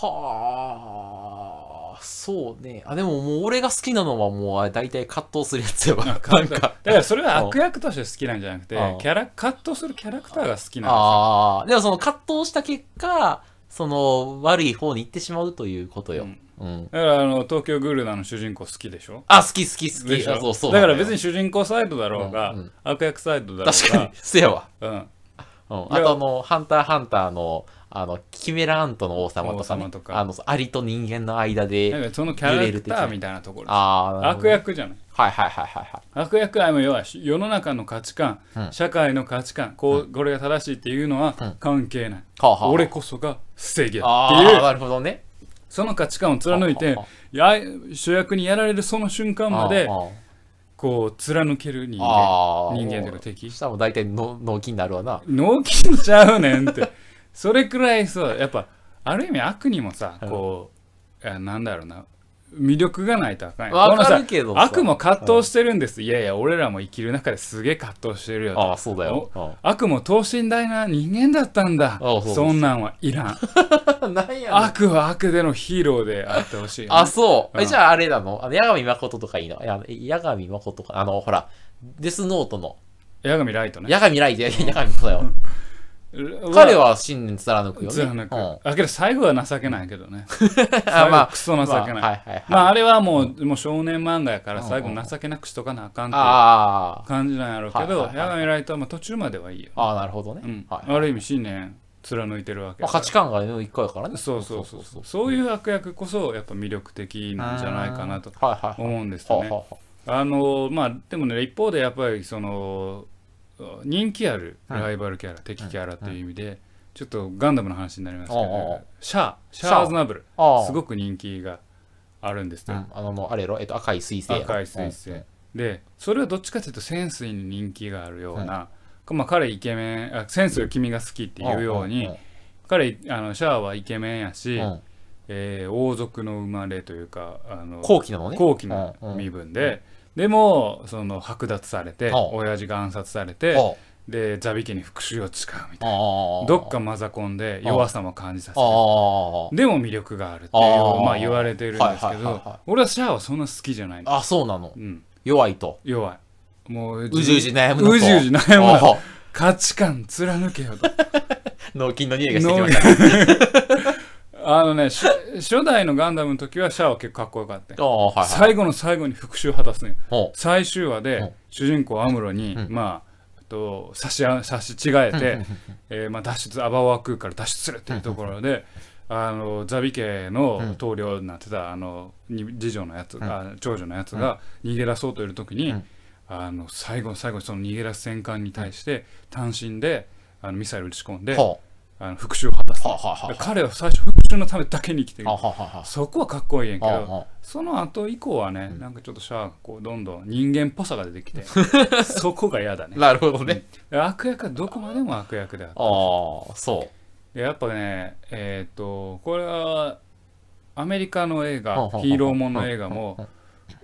[SPEAKER 2] はあ、そうね。あ、でももう俺が好きなのはもうあ大体葛藤するやつやわ。なん
[SPEAKER 1] 葛藤
[SPEAKER 2] か。
[SPEAKER 1] だからそれは悪役として好きなんじゃなくて
[SPEAKER 2] ああ
[SPEAKER 1] キャラ葛藤するキャラクターが好きなんですよ
[SPEAKER 2] ああ、でもその葛藤した結果、その悪い方に行ってしまうということよ。
[SPEAKER 1] う
[SPEAKER 2] うんん。
[SPEAKER 1] だからあの東京グルーナーの主人公好きでしょ
[SPEAKER 2] あ、好き好き好
[SPEAKER 1] で
[SPEAKER 2] き。
[SPEAKER 1] しょ
[SPEAKER 2] あそうそう。
[SPEAKER 1] だから別
[SPEAKER 2] に。
[SPEAKER 1] に主人公サイドだろうが、
[SPEAKER 2] うんうん
[SPEAKER 1] 悪役サイドだろ
[SPEAKER 2] 確かに、せやわ。
[SPEAKER 1] うが、うん、
[SPEAKER 2] うん。
[SPEAKER 1] い
[SPEAKER 2] あ
[SPEAKER 1] や
[SPEAKER 2] とあの、ハンターハンターの、あの、キメラアントの王様と
[SPEAKER 1] 王
[SPEAKER 2] か
[SPEAKER 1] 様
[SPEAKER 2] ね
[SPEAKER 1] と。か
[SPEAKER 2] あの、アリと人間の間
[SPEAKER 1] だ
[SPEAKER 2] で。
[SPEAKER 1] からそのキャラクターみたいなところ
[SPEAKER 2] ああ、
[SPEAKER 1] 悪。役じゃない
[SPEAKER 2] はいはいはいはいはい。
[SPEAKER 1] 悪役愛も要は世の中の価値観、
[SPEAKER 2] うん
[SPEAKER 1] 社会の価値観こうこれが正しいっていうの
[SPEAKER 2] うん
[SPEAKER 1] は関係ない、
[SPEAKER 2] はあはあ
[SPEAKER 1] 俺こそが正義だって
[SPEAKER 2] ああ、
[SPEAKER 1] いう
[SPEAKER 2] なるほどね。
[SPEAKER 1] その価値観を貫いて、
[SPEAKER 2] はあはい
[SPEAKER 1] や主役にやられるその瞬間まで
[SPEAKER 2] ああ
[SPEAKER 1] こう貫ける人
[SPEAKER 2] あ
[SPEAKER 1] 間
[SPEAKER 2] あ
[SPEAKER 1] 人間というか敵
[SPEAKER 2] したらもう大体の納期になるわな。
[SPEAKER 1] 脳筋ちゃうねんってそれくらいさやっぱある意味悪にもさこう、あなんだろうな魅力がないとあかんよ
[SPEAKER 2] わかる
[SPEAKER 1] このさ
[SPEAKER 2] けどさ
[SPEAKER 1] 悪も葛藤してるんです、いやいや俺らも生きる中ですげえ葛藤してるよと
[SPEAKER 2] ああ、そうだよ。う
[SPEAKER 1] 悪も等身大な人間だったんだ
[SPEAKER 2] そうそう
[SPEAKER 1] そんなんはいらん
[SPEAKER 2] ん [LAUGHS] なんやねん
[SPEAKER 1] 悪は悪でのヒーローであってほしいよね、
[SPEAKER 2] あ、そう。
[SPEAKER 1] う
[SPEAKER 2] え、
[SPEAKER 1] ん
[SPEAKER 2] じゃああれなのあの、矢神誠とかいいのや矢神誠とか、あの、ほら、デスノートの。
[SPEAKER 1] 矢神ライトね
[SPEAKER 2] 矢神ライト、矢神誠だよ。彼は信念貫くよね。
[SPEAKER 1] 貫く、
[SPEAKER 2] うん
[SPEAKER 1] あけど最後は情けないけどね最
[SPEAKER 2] [LAUGHS] あ
[SPEAKER 1] 後
[SPEAKER 2] まあ
[SPEAKER 1] クソ情けない、
[SPEAKER 2] まあはいはいはい。
[SPEAKER 1] まああれはもうもう少年漫画やから
[SPEAKER 2] うん
[SPEAKER 1] 最後情けなくしとかなあかんっていう
[SPEAKER 2] あ
[SPEAKER 1] 感じなんやろうけど
[SPEAKER 2] はいはいはい
[SPEAKER 1] 矢神ライトはまあ途中まではいいよ、
[SPEAKER 2] あ、ああ、なるほどね。
[SPEAKER 1] うん
[SPEAKER 2] はい。
[SPEAKER 1] ある意味信念貫いてるわけ
[SPEAKER 2] ま
[SPEAKER 1] だか
[SPEAKER 2] あ、価
[SPEAKER 1] ら
[SPEAKER 2] 値観がね一個やからね。
[SPEAKER 1] そうそうそうそうそういう悪役こそやっぱ魅力的なんじゃないかなと
[SPEAKER 2] うんはいはいはい。
[SPEAKER 1] 思うんですよ
[SPEAKER 2] はあ
[SPEAKER 1] ね
[SPEAKER 2] はあは
[SPEAKER 1] あのまあでもね一方でやっぱりその人気あるライバルキャラ、敵キャラっていう意味でちょっとガンダムの話になりますけど、
[SPEAKER 2] うんうんうん
[SPEAKER 1] シャアシ
[SPEAKER 2] シャ
[SPEAKER 1] ャ
[SPEAKER 2] ア
[SPEAKER 1] アーズナブル
[SPEAKER 2] あああ。
[SPEAKER 1] すごく人気があるんです
[SPEAKER 2] う
[SPEAKER 1] よ、
[SPEAKER 2] んあの、あれやろ、えっと、赤い彗星やろ。
[SPEAKER 1] 赤い彗星、でそれはどっちかというとセンスに人気があるような、まあ、彼イケメンあセンスよ君が好きっていうように、
[SPEAKER 2] んんん
[SPEAKER 1] 彼あのシャアはイケメンやし、
[SPEAKER 2] うん、
[SPEAKER 1] えー王族の生まれというかあの
[SPEAKER 2] 後期なのね
[SPEAKER 1] 後期の身分で、でもその剥奪されて、
[SPEAKER 2] はあ
[SPEAKER 1] 親父が暗殺され
[SPEAKER 2] うん
[SPEAKER 1] て、
[SPEAKER 2] は
[SPEAKER 1] でザビ家に復讐を誓うみたい
[SPEAKER 2] あああ
[SPEAKER 1] などっかマザコンで弱さも感じさせ
[SPEAKER 2] あ
[SPEAKER 1] る
[SPEAKER 2] あ
[SPEAKER 1] でも魅力があるっていう
[SPEAKER 2] あー
[SPEAKER 1] まあ言われてるんです
[SPEAKER 2] は
[SPEAKER 1] け
[SPEAKER 2] いはいはい
[SPEAKER 1] ど
[SPEAKER 2] はい
[SPEAKER 1] 俺はシャアはそんな好きじゃないの、
[SPEAKER 2] あそうなの
[SPEAKER 1] うん、
[SPEAKER 2] 弱いと
[SPEAKER 1] 弱いもうう
[SPEAKER 2] うじうじ悩むのと
[SPEAKER 1] うじうじ悩むな
[SPEAKER 2] あ
[SPEAKER 1] 価値観貫けよと
[SPEAKER 2] 脳筋の匂いがしてきましたね
[SPEAKER 1] あのねし初代のガンダムの時はシャアは結構かっこよかったよ
[SPEAKER 2] ああはいはい
[SPEAKER 1] 最後の最後に復讐を果たすのよ
[SPEAKER 2] ほう
[SPEAKER 1] 最終話
[SPEAKER 2] うん
[SPEAKER 1] で主人公アムロに、
[SPEAKER 2] うん
[SPEAKER 1] まああと差しあ差し違えて、
[SPEAKER 2] うんうんうん
[SPEAKER 1] えーまあ、脱出アバオア空から脱出するっていうところで、あのザビ家の棟梁になってた、あのに次女のやつが、長女のやつが逃げ出そうという時に、
[SPEAKER 2] うん
[SPEAKER 1] あの最後の最後にその逃げ出す戦艦に対して単身であのミサイル撃ち込んで、
[SPEAKER 2] ほ
[SPEAKER 1] あの復讐を果たす
[SPEAKER 2] うはあはあはあは
[SPEAKER 1] 彼は最初復讐のためだけに生きてる
[SPEAKER 2] あはあはあは
[SPEAKER 1] そこはかっこいいんやけ
[SPEAKER 2] あ
[SPEAKER 1] ど
[SPEAKER 2] はあ
[SPEAKER 1] その後以降はね、なんかちょっとシャアがこうどんどん人間っぽさが出てきてそこが嫌だね
[SPEAKER 2] なるほどね
[SPEAKER 1] 悪役はどこまでも悪役であっ
[SPEAKER 2] ああそう
[SPEAKER 1] てやっぱねえっ、とこれはアメリカの映
[SPEAKER 2] はあは
[SPEAKER 1] 画
[SPEAKER 2] あはあ
[SPEAKER 1] ヒーローもんの映画も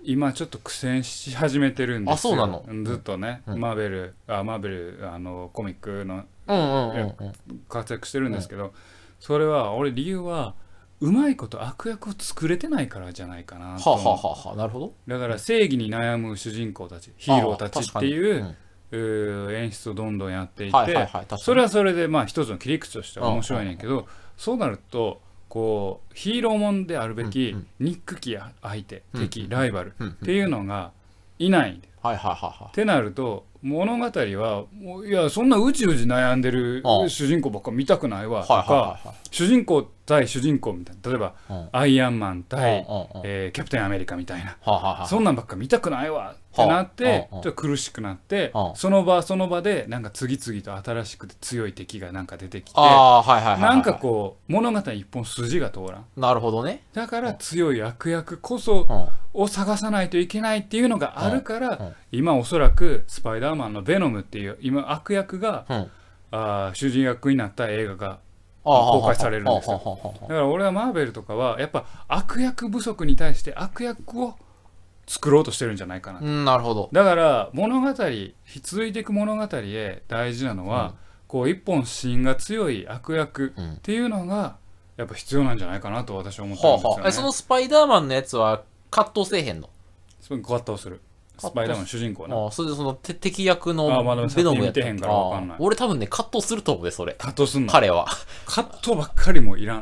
[SPEAKER 1] 今ちょっと苦戦し始めてるんですよ
[SPEAKER 2] あそうなの
[SPEAKER 1] ずっとね、
[SPEAKER 2] うん
[SPEAKER 1] マーベルあマーベルあのコミックの
[SPEAKER 2] うんうんうんうん
[SPEAKER 1] 活躍してるんですけど、それは俺理由はうまいこと悪役を作れてないからじゃないかな
[SPEAKER 2] は
[SPEAKER 1] と
[SPEAKER 2] あ
[SPEAKER 1] 思う
[SPEAKER 2] はあはあはあなるほど
[SPEAKER 1] だから正義に悩む主人公たちヒーローたちってい
[SPEAKER 2] ああ
[SPEAKER 1] う,、
[SPEAKER 2] 確か
[SPEAKER 1] うー演出をどんどんやってい
[SPEAKER 2] にうん
[SPEAKER 1] て、
[SPEAKER 2] はいはいはい確かに
[SPEAKER 1] それはそれでまあ一つの切り口としては面白いねんけど、そうなるとこうヒーローもんであるべき、
[SPEAKER 2] うんうん
[SPEAKER 1] 憎き相手
[SPEAKER 2] うん
[SPEAKER 1] 敵、ライバルっ
[SPEAKER 2] うんうん
[SPEAKER 1] ていうのがいないんだよ
[SPEAKER 2] はいはいはいは
[SPEAKER 1] ってなると物語はもういやそんなうじうじ悩んでる
[SPEAKER 2] うん
[SPEAKER 1] 主人公ばっか見たくないわ
[SPEAKER 2] い
[SPEAKER 1] とか、
[SPEAKER 2] はいはいはい
[SPEAKER 1] 主人公対主人公みたいな例えば、
[SPEAKER 2] うん
[SPEAKER 1] アイアンマン対、
[SPEAKER 2] うんうんうん
[SPEAKER 1] えーキャプテンアメリカみたいな。
[SPEAKER 2] はあはあはあ
[SPEAKER 1] そんなんばっか見たくないわってなって、
[SPEAKER 2] はあはあ
[SPEAKER 1] ちょっと苦しくなって、
[SPEAKER 2] はあ
[SPEAKER 1] その場その場でなんか次々と新しくて強い敵がなんか出てきて、
[SPEAKER 2] ああはいはいはいはい
[SPEAKER 1] なんかこう物語一本筋が通らん
[SPEAKER 2] うなるほどね
[SPEAKER 1] だから強い悪役こそ
[SPEAKER 2] うん
[SPEAKER 1] を探さないといけないっていうのがあるから、
[SPEAKER 2] ああ
[SPEAKER 1] 今おそらくスパイダーマンのベノムっていう今悪役が
[SPEAKER 2] うん
[SPEAKER 1] あー主人役になった映画が公
[SPEAKER 2] 公
[SPEAKER 1] 開されるんですよだから俺はマーベルとかはやっぱ悪役不足に対して悪役を作ろうとしてるんじゃないかな
[SPEAKER 2] うん、なるほど。
[SPEAKER 1] だから物語続いていく物語へ大事なのは、こう一本芯が強い悪役
[SPEAKER 2] うん
[SPEAKER 1] っていうのがやっぱ必要なんじゃないかなと私は思ってるん
[SPEAKER 2] は
[SPEAKER 1] です
[SPEAKER 2] あ
[SPEAKER 1] よ
[SPEAKER 2] は
[SPEAKER 1] ね。
[SPEAKER 2] あ、えそのスパイダーマンのやつは葛藤せえへんの
[SPEAKER 1] すごい葛藤するスパイダーマン主人公な
[SPEAKER 2] ああそれでそのて敵役の
[SPEAKER 1] あまだ
[SPEAKER 2] ベノムやっ
[SPEAKER 1] 先見て
[SPEAKER 2] た
[SPEAKER 1] へんからわかんない
[SPEAKER 2] ああ俺多分ね、葛藤すると思うで、それ。
[SPEAKER 1] 葛藤すんの
[SPEAKER 2] 彼は。
[SPEAKER 1] 葛藤ばっかりもいらん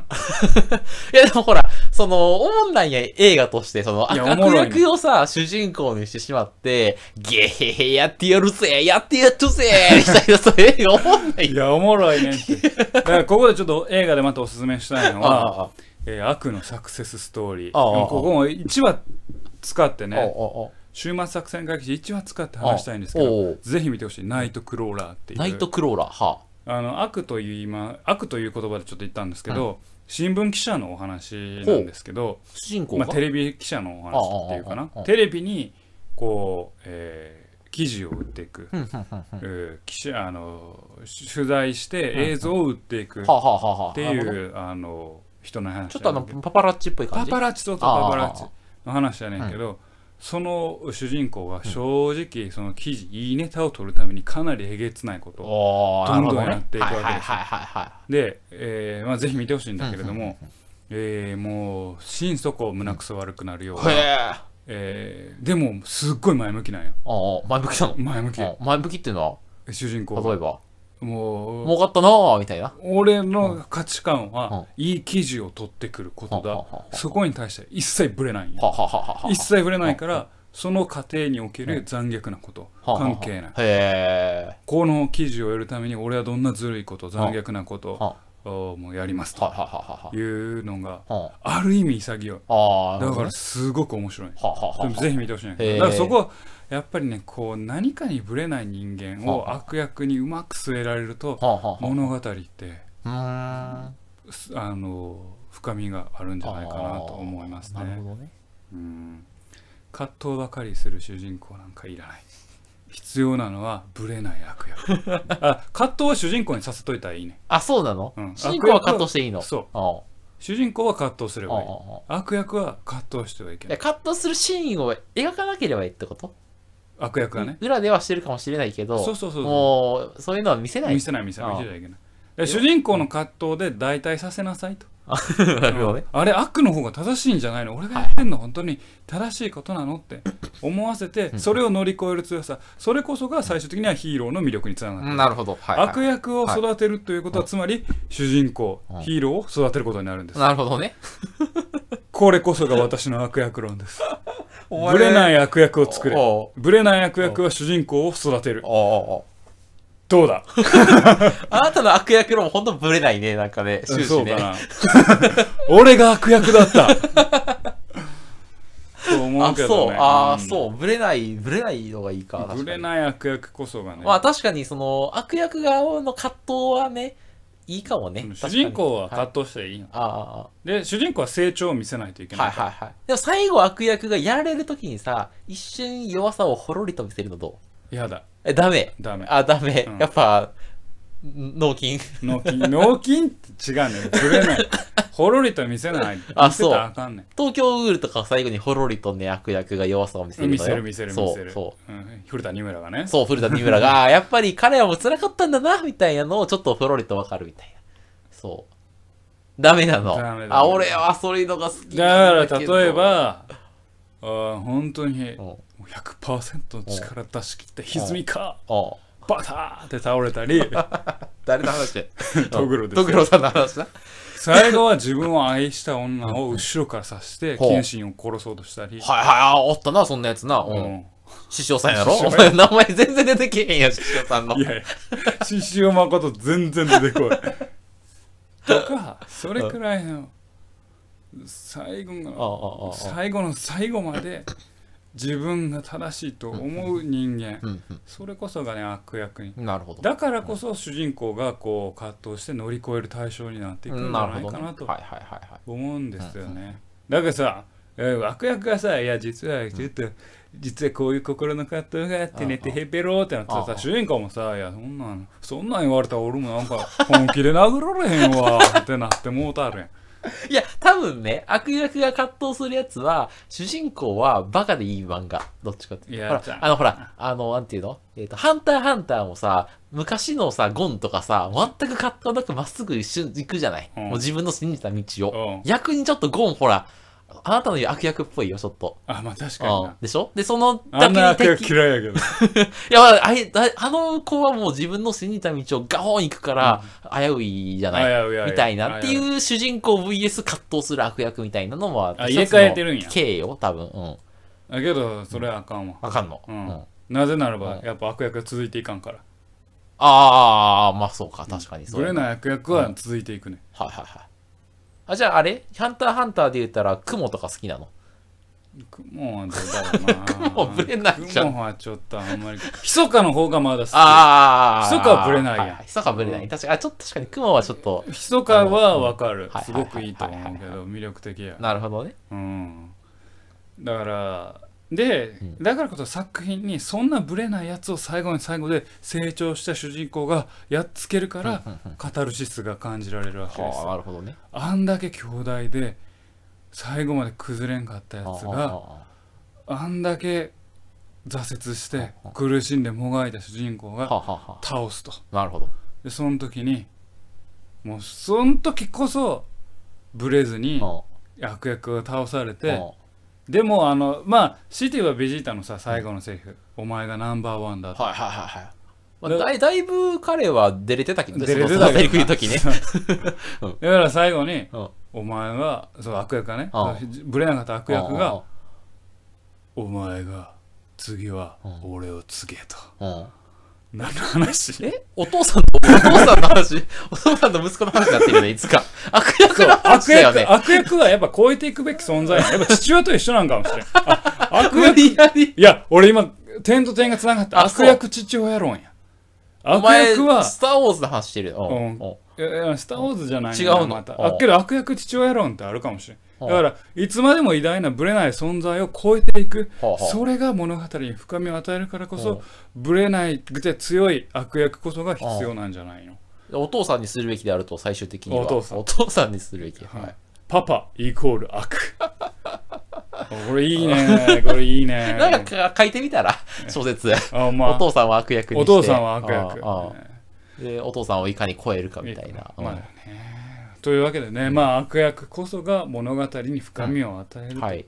[SPEAKER 2] いやでもほら、その、おもんないや映画として、その、
[SPEAKER 1] いや
[SPEAKER 2] 悪
[SPEAKER 1] おもろいね
[SPEAKER 2] 役をさ、主人公にしてしまって、ゲヘヘやってやるぜやってやっちゃうぜみたいな、その映画おもんないい。
[SPEAKER 1] やおも [LAUGHS] ろいねん
[SPEAKER 2] [LAUGHS]
[SPEAKER 1] ってだからここでちょっと映画でまたおすすめしたいの
[SPEAKER 2] ああ
[SPEAKER 1] は
[SPEAKER 2] ああ
[SPEAKER 1] えー悪のサクセスストーリー。
[SPEAKER 2] ああああ
[SPEAKER 1] ここも1話使って
[SPEAKER 2] おう
[SPEAKER 1] ね、
[SPEAKER 2] おうおう
[SPEAKER 1] 週末作戦会議室1話使って話したいんですけ
[SPEAKER 2] おうお
[SPEAKER 1] ど
[SPEAKER 2] う、
[SPEAKER 1] ぜひ見てほしい、ナイトクローラーっていう。
[SPEAKER 2] ナイトクローラー、は
[SPEAKER 1] あの悪という今、悪という言葉でちょっと言ったんですけど、新聞記者のお話なんですけど
[SPEAKER 2] あ、、主人公
[SPEAKER 1] ま
[SPEAKER 2] が、
[SPEAKER 1] あ、テレビ記者のお話っていうか
[SPEAKER 2] ああ
[SPEAKER 1] な
[SPEAKER 2] あああ、あ
[SPEAKER 1] テレビにこう、えー記事を売っていく、
[SPEAKER 2] うんうんうんうん
[SPEAKER 1] えー記者あの取材して映像を売っていくっ
[SPEAKER 2] はあ、はあはあはあ、
[SPEAKER 1] て
[SPEAKER 2] なるほど
[SPEAKER 1] いうあの人の話なんで
[SPEAKER 2] ちょ
[SPEAKER 1] す
[SPEAKER 2] っ
[SPEAKER 1] け
[SPEAKER 2] と
[SPEAKER 1] ど
[SPEAKER 2] あの、パパラッチっぽい感
[SPEAKER 1] パ
[SPEAKER 2] じ。
[SPEAKER 1] パラッチとパパラッチ
[SPEAKER 2] あ
[SPEAKER 1] の話やねんけど、その主人公は正直その記事、いいネタを取るためにかなりえげつないことを
[SPEAKER 2] おー
[SPEAKER 1] どんどん
[SPEAKER 2] なるほね
[SPEAKER 1] やっていくわけですよ
[SPEAKER 2] はいはいはいはい
[SPEAKER 1] で、えーまあ、ぜひ見てほしいんだけれども、
[SPEAKER 2] うんうん
[SPEAKER 1] えーもう心底胸くそ悪くなるよう
[SPEAKER 2] はい。へ
[SPEAKER 1] な、
[SPEAKER 2] え。
[SPEAKER 1] えーでもすっごい前向きなんよ
[SPEAKER 2] ああ、前向きなの
[SPEAKER 1] 前向き
[SPEAKER 2] ああ前向きっていうの
[SPEAKER 1] 主人
[SPEAKER 2] は、
[SPEAKER 1] 公
[SPEAKER 2] 例えば、
[SPEAKER 1] もう
[SPEAKER 2] 儲かったなーみたいな。
[SPEAKER 1] 俺の価値観
[SPEAKER 2] うんう
[SPEAKER 1] は
[SPEAKER 2] ん
[SPEAKER 1] いい記事を取ってくること
[SPEAKER 2] ははは
[SPEAKER 1] だそこに対して一切ぶれないんよ
[SPEAKER 2] ははははは。
[SPEAKER 1] 一切触れないからその過程における残虐なこと
[SPEAKER 2] ははは
[SPEAKER 1] 関係ない
[SPEAKER 2] へえ。
[SPEAKER 1] この記事を得るために俺はどんなずるいこと残虐なこと
[SPEAKER 2] は
[SPEAKER 1] をもうやります
[SPEAKER 2] はは
[SPEAKER 1] と
[SPEAKER 2] はは
[SPEAKER 1] いうのが
[SPEAKER 2] は。は
[SPEAKER 1] ある意味潔い
[SPEAKER 2] ああ、なる
[SPEAKER 1] だ
[SPEAKER 2] ほ
[SPEAKER 1] か
[SPEAKER 2] どね
[SPEAKER 1] らすごく面白い
[SPEAKER 2] はははは
[SPEAKER 1] でもぜひ見てほしいんだけど
[SPEAKER 2] へー
[SPEAKER 1] だからそこはやっぱりねこう何かにぶれない人間を悪役にうまく据えられると
[SPEAKER 2] はあはあは
[SPEAKER 1] 物語って
[SPEAKER 2] あ。う
[SPEAKER 1] すあの深みがあるんじゃないかなと思います
[SPEAKER 2] ーん。なる
[SPEAKER 1] ね
[SPEAKER 2] ほどね。
[SPEAKER 1] うん葛藤ばかりする主人公なんかいらない必要なのはブレない悪役
[SPEAKER 2] [LAUGHS]
[SPEAKER 1] あ葛藤は主人公にさせといたらいいね
[SPEAKER 2] あ、そうなの
[SPEAKER 1] うん
[SPEAKER 2] 主人公はカットしていいの
[SPEAKER 1] そう
[SPEAKER 2] あ
[SPEAKER 1] 主人公は葛藤すれ
[SPEAKER 2] ああ
[SPEAKER 1] ばいい悪役は葛藤してはいけ
[SPEAKER 2] あ
[SPEAKER 1] な
[SPEAKER 2] あ
[SPEAKER 1] い
[SPEAKER 2] カットするシーンを描かなければいいってこと
[SPEAKER 1] 悪役はね
[SPEAKER 2] 裏ではしてるかもしれないけど、
[SPEAKER 1] そうそうそうそう
[SPEAKER 2] もう、そういうのは見せない
[SPEAKER 1] 見。せない見せない
[SPEAKER 2] ああ
[SPEAKER 1] 見せちゃいけないで主人公の葛藤で代替させなさいと
[SPEAKER 2] なるほどね。
[SPEAKER 1] あれ悪の方が正しいんじゃないの俺がやってんの本当に正しいことなのって思わせてそれを乗り越える強さそれこそが最終的にはヒーローの魅力につながる
[SPEAKER 2] うんなるほど。はい、はい。
[SPEAKER 1] 悪役を育てるということはつまり主人公
[SPEAKER 2] うん
[SPEAKER 1] ヒーローを育てることになるんです
[SPEAKER 2] なるほ
[SPEAKER 1] [LAUGHS]
[SPEAKER 2] どね。。
[SPEAKER 1] これこそが私の悪役論ですブレないい悪役を作れ
[SPEAKER 2] お
[SPEAKER 1] ブレない悪役は主人公を育てる
[SPEAKER 2] おお
[SPEAKER 1] どうだ
[SPEAKER 2] うあなたの悪役論ほんとブレないね、なんかね、終
[SPEAKER 1] そう
[SPEAKER 2] 始ね
[SPEAKER 1] か。な
[SPEAKER 2] [LAUGHS]
[SPEAKER 1] 俺が悪役だった [LAUGHS] と思
[SPEAKER 2] あ、
[SPEAKER 1] うけ
[SPEAKER 2] そ
[SPEAKER 1] ど
[SPEAKER 2] う、
[SPEAKER 1] ね
[SPEAKER 2] ああ、
[SPEAKER 1] ん
[SPEAKER 2] そう、ブレない、ブレないのがいいか。確かに
[SPEAKER 1] ぶれない悪役こそがね、
[SPEAKER 2] まあ確かに、その、悪役側の葛藤はね、いいかもね。
[SPEAKER 1] 主人公は
[SPEAKER 2] 確かに
[SPEAKER 1] 葛藤していいの、
[SPEAKER 2] はいああああ、
[SPEAKER 1] で主人公は成長を見せないといけない、
[SPEAKER 2] はいはいはい。でも最後悪役がやられるときにさ、一瞬弱さをほろりと見せるのどう
[SPEAKER 1] やだ
[SPEAKER 2] え、ダメ。
[SPEAKER 1] ダメ
[SPEAKER 2] あ、ダメ。
[SPEAKER 1] うん
[SPEAKER 2] やっぱ、脳筋。 [LAUGHS]
[SPEAKER 1] 脳筋 [LAUGHS] 脳筋って違うねぶれないほろりと見せない
[SPEAKER 2] あ
[SPEAKER 1] 見せたらあかんねん
[SPEAKER 2] 東京ウールとか最後にほろりとね、悪役が弱さを見せるのよ。
[SPEAKER 1] 見せる見せる見せる、
[SPEAKER 2] そう、そう
[SPEAKER 1] ん、古田二村がね
[SPEAKER 2] う。そう、古田三村が、あーやっぱり彼はもう辛かったんだな、みたいなのをちょっとほろりとわかるみたいな。そう。ダメなの。
[SPEAKER 1] ダメダメ
[SPEAKER 2] あ、俺はそういうのが好きな
[SPEAKER 1] だ
[SPEAKER 2] ん
[SPEAKER 1] か
[SPEAKER 2] だ
[SPEAKER 1] ら例
[SPEAKER 2] けど
[SPEAKER 1] え、ばあー本当に
[SPEAKER 2] うん、
[SPEAKER 1] もう100%の力出し切って歪みか
[SPEAKER 2] お
[SPEAKER 1] バターって倒れた
[SPEAKER 2] [LAUGHS]
[SPEAKER 1] り
[SPEAKER 2] 誰の話
[SPEAKER 1] [LAUGHS] トグロです
[SPEAKER 2] トグロさんの話だ。
[SPEAKER 1] 最後は自分を愛した女を後ろから刺して
[SPEAKER 2] ほう
[SPEAKER 1] 謙信を殺そうとしたり、
[SPEAKER 2] はいはい、ああ、おったな、そんなやつな。う。
[SPEAKER 1] うんん
[SPEAKER 2] 師匠さんやろ
[SPEAKER 1] 師匠
[SPEAKER 2] お前名前全然出てけへんやん、師匠さんの。
[SPEAKER 1] いやいや、獅子王誠全然出てこ
[SPEAKER 2] [LAUGHS]
[SPEAKER 1] ない。とか、それくらいの最後
[SPEAKER 2] あああ
[SPEAKER 1] の
[SPEAKER 2] あああ
[SPEAKER 1] 最後の最後まで自分が正しいと思う人間、
[SPEAKER 2] うん
[SPEAKER 1] それこそがね、悪役に。
[SPEAKER 2] うんなるほど。
[SPEAKER 1] だからこそ主人公がこう葛藤して乗り越える対象になっていくんじゃ
[SPEAKER 2] な
[SPEAKER 1] な
[SPEAKER 2] る
[SPEAKER 1] い
[SPEAKER 2] ほ
[SPEAKER 1] か
[SPEAKER 2] どね。は
[SPEAKER 1] ないと
[SPEAKER 2] はいはいはい。
[SPEAKER 1] 思うんですよね。だからさ、えー悪役がさ、いや、実は、ちょっと、実はこういう心の葛藤があってね、
[SPEAKER 2] うん
[SPEAKER 1] て
[SPEAKER 2] うん
[SPEAKER 1] へぺろーってなって
[SPEAKER 2] うんう
[SPEAKER 1] さ、
[SPEAKER 2] ん
[SPEAKER 1] 主人公もさ、いや、そんなん、そんなん言われたら俺もなんか、本気で殴られへんわーってなってもうたれん。
[SPEAKER 2] [LAUGHS] いや、多分ね、悪役が葛藤するやつは、主人公はバカでいい漫画。どっちかっていうと。
[SPEAKER 1] い
[SPEAKER 2] ほ
[SPEAKER 1] や
[SPEAKER 2] ら、あのほら、あの、なんていうのえっ、と、ハンターハンターもさ、昔のさ、ゴンとかさ、全く葛藤なくまっすぐ一瞬行くじゃない。
[SPEAKER 1] うん
[SPEAKER 2] もう自分の信じた道を。
[SPEAKER 1] う
[SPEAKER 2] 逆にちょっとゴン、ほら、あなたの言う悪役っぽいよ、ちょっと。
[SPEAKER 1] あ、まあ確かに
[SPEAKER 2] うん
[SPEAKER 1] な。
[SPEAKER 2] でしょで、その
[SPEAKER 1] あ
[SPEAKER 2] だ
[SPEAKER 1] んな悪
[SPEAKER 2] けに
[SPEAKER 1] 役
[SPEAKER 2] 敵。い
[SPEAKER 1] 嫌いやけど。
[SPEAKER 2] や、まあ、あいああの子はもう自分の信じた道をガホン行くから、危ういじゃない。
[SPEAKER 1] 危うい危うい
[SPEAKER 2] みたいなってい
[SPEAKER 1] 危
[SPEAKER 2] う主人公 VS 葛藤する悪役みたいなのも、
[SPEAKER 1] あ入れ替えてるんや
[SPEAKER 2] 経よ、多分。うん。
[SPEAKER 1] だけど、それはあかんわ。
[SPEAKER 2] わかんの。
[SPEAKER 1] う
[SPEAKER 2] うん
[SPEAKER 1] ん。なぜならば
[SPEAKER 2] う、ん
[SPEAKER 1] やっぱ悪役が続いていかんから。
[SPEAKER 2] ああ、まあそうか、確かにそ
[SPEAKER 1] ブ
[SPEAKER 2] う。
[SPEAKER 1] レない悪役は続いていくね。
[SPEAKER 2] はいはいはい。あ、じゃああれハンターハンターで言ったら、クモとか好きなの
[SPEAKER 1] 雲はどうだろうな。
[SPEAKER 2] [LAUGHS] 雲ブレないじゃん
[SPEAKER 1] 雲はちょっとあんまり。密かの方がまだ好き。
[SPEAKER 2] ああ。
[SPEAKER 1] 密かはブレないやん
[SPEAKER 2] はは密かはブレない。確かに、あ、ちょっと確かにクモはちょっと、
[SPEAKER 1] ひそかはわかる
[SPEAKER 2] あのうん
[SPEAKER 1] すごくいいと
[SPEAKER 2] はいは
[SPEAKER 1] 思
[SPEAKER 2] いうはい
[SPEAKER 1] け
[SPEAKER 2] はい
[SPEAKER 1] ど魅力的や
[SPEAKER 2] なるほどね。
[SPEAKER 1] うんだからで
[SPEAKER 2] ん
[SPEAKER 1] だからこそ作品にそんなブレないやつを最後に最後で成長した主人公がやっつけるからカタルシスが感じられるわけです
[SPEAKER 2] はあ、なるほどね。
[SPEAKER 1] あんだけ兄弟で最後まで崩れんかったやつ
[SPEAKER 2] ああ
[SPEAKER 1] が
[SPEAKER 2] ああ
[SPEAKER 1] あんだけ挫折して苦しんでもがいた主人公
[SPEAKER 2] はあ
[SPEAKER 1] が
[SPEAKER 2] はあは
[SPEAKER 1] 倒すと
[SPEAKER 2] あなるほど。
[SPEAKER 1] でその時にもうその時こそブレずに
[SPEAKER 2] う
[SPEAKER 1] 悪役が倒され
[SPEAKER 2] んう
[SPEAKER 1] て
[SPEAKER 2] ん
[SPEAKER 1] でもあのまあシティはベジータのさ最後のセリフ「お前がナンバーワンだ」って
[SPEAKER 2] はいはいはいはい。まあ、だいだいぶ彼は出れてたけどね、
[SPEAKER 1] 出れてたけどな
[SPEAKER 2] そのそのセリフ言うときね。 [LAUGHS]
[SPEAKER 1] だから最後に
[SPEAKER 2] うん
[SPEAKER 1] 「お前はそう悪役がね
[SPEAKER 2] ああ
[SPEAKER 1] ぶれなかった悪役
[SPEAKER 2] うん
[SPEAKER 1] が「お前が次は俺を告げ」と
[SPEAKER 2] うんうん
[SPEAKER 1] 何の話
[SPEAKER 2] えお父さんの、お父さんの話、お父さんの息子の話になってるよね、いつか。悪役の話
[SPEAKER 1] 悪
[SPEAKER 2] だよ
[SPEAKER 1] 役
[SPEAKER 2] ね。
[SPEAKER 1] 悪役はやっぱ超えていくべき存在やっぱ父親と一緒なんかもしれんあ悪
[SPEAKER 2] 無
[SPEAKER 1] 役
[SPEAKER 2] 理やり。
[SPEAKER 1] いや、俺今、点と点が繋がった。
[SPEAKER 2] あそう
[SPEAKER 1] 悪役父親論や。
[SPEAKER 2] お
[SPEAKER 1] 悪
[SPEAKER 2] 前、
[SPEAKER 1] 役は、
[SPEAKER 2] スター・ウォーズの話してるよ。うん
[SPEAKER 1] うんいやいやスター・ウォーズじゃない
[SPEAKER 2] 違うの
[SPEAKER 1] また。
[SPEAKER 2] うん
[SPEAKER 1] あけど悪役父親論ってあるかもしれん。
[SPEAKER 2] は
[SPEAKER 1] だ
[SPEAKER 2] あ
[SPEAKER 1] からいつまでも偉大なブレない存在を超えていく
[SPEAKER 2] はあはあ
[SPEAKER 1] それが物語に深みを与えるからこ
[SPEAKER 2] は
[SPEAKER 1] そブレないくて強い悪役こそが必要なんじゃないの
[SPEAKER 2] お父さんにするべきであると、最終的に
[SPEAKER 1] お
[SPEAKER 2] は。
[SPEAKER 1] 父さん
[SPEAKER 2] お父さんにするべき。
[SPEAKER 1] は
[SPEAKER 2] はいい。
[SPEAKER 1] パパイコール
[SPEAKER 2] [LAUGHS]
[SPEAKER 1] 悪これいいねこれいいね
[SPEAKER 2] なんか書いてみたら、小説。
[SPEAKER 1] あ、まあ、
[SPEAKER 2] お父さんは悪役に
[SPEAKER 1] お
[SPEAKER 2] して
[SPEAKER 1] 父さんは悪役
[SPEAKER 2] ああああでお父さんをいかに超えるかみたいな、
[SPEAKER 1] まあねというわけでね、まあ悪役こそが物語に深みを与える
[SPEAKER 2] う
[SPEAKER 1] と、
[SPEAKER 2] んはい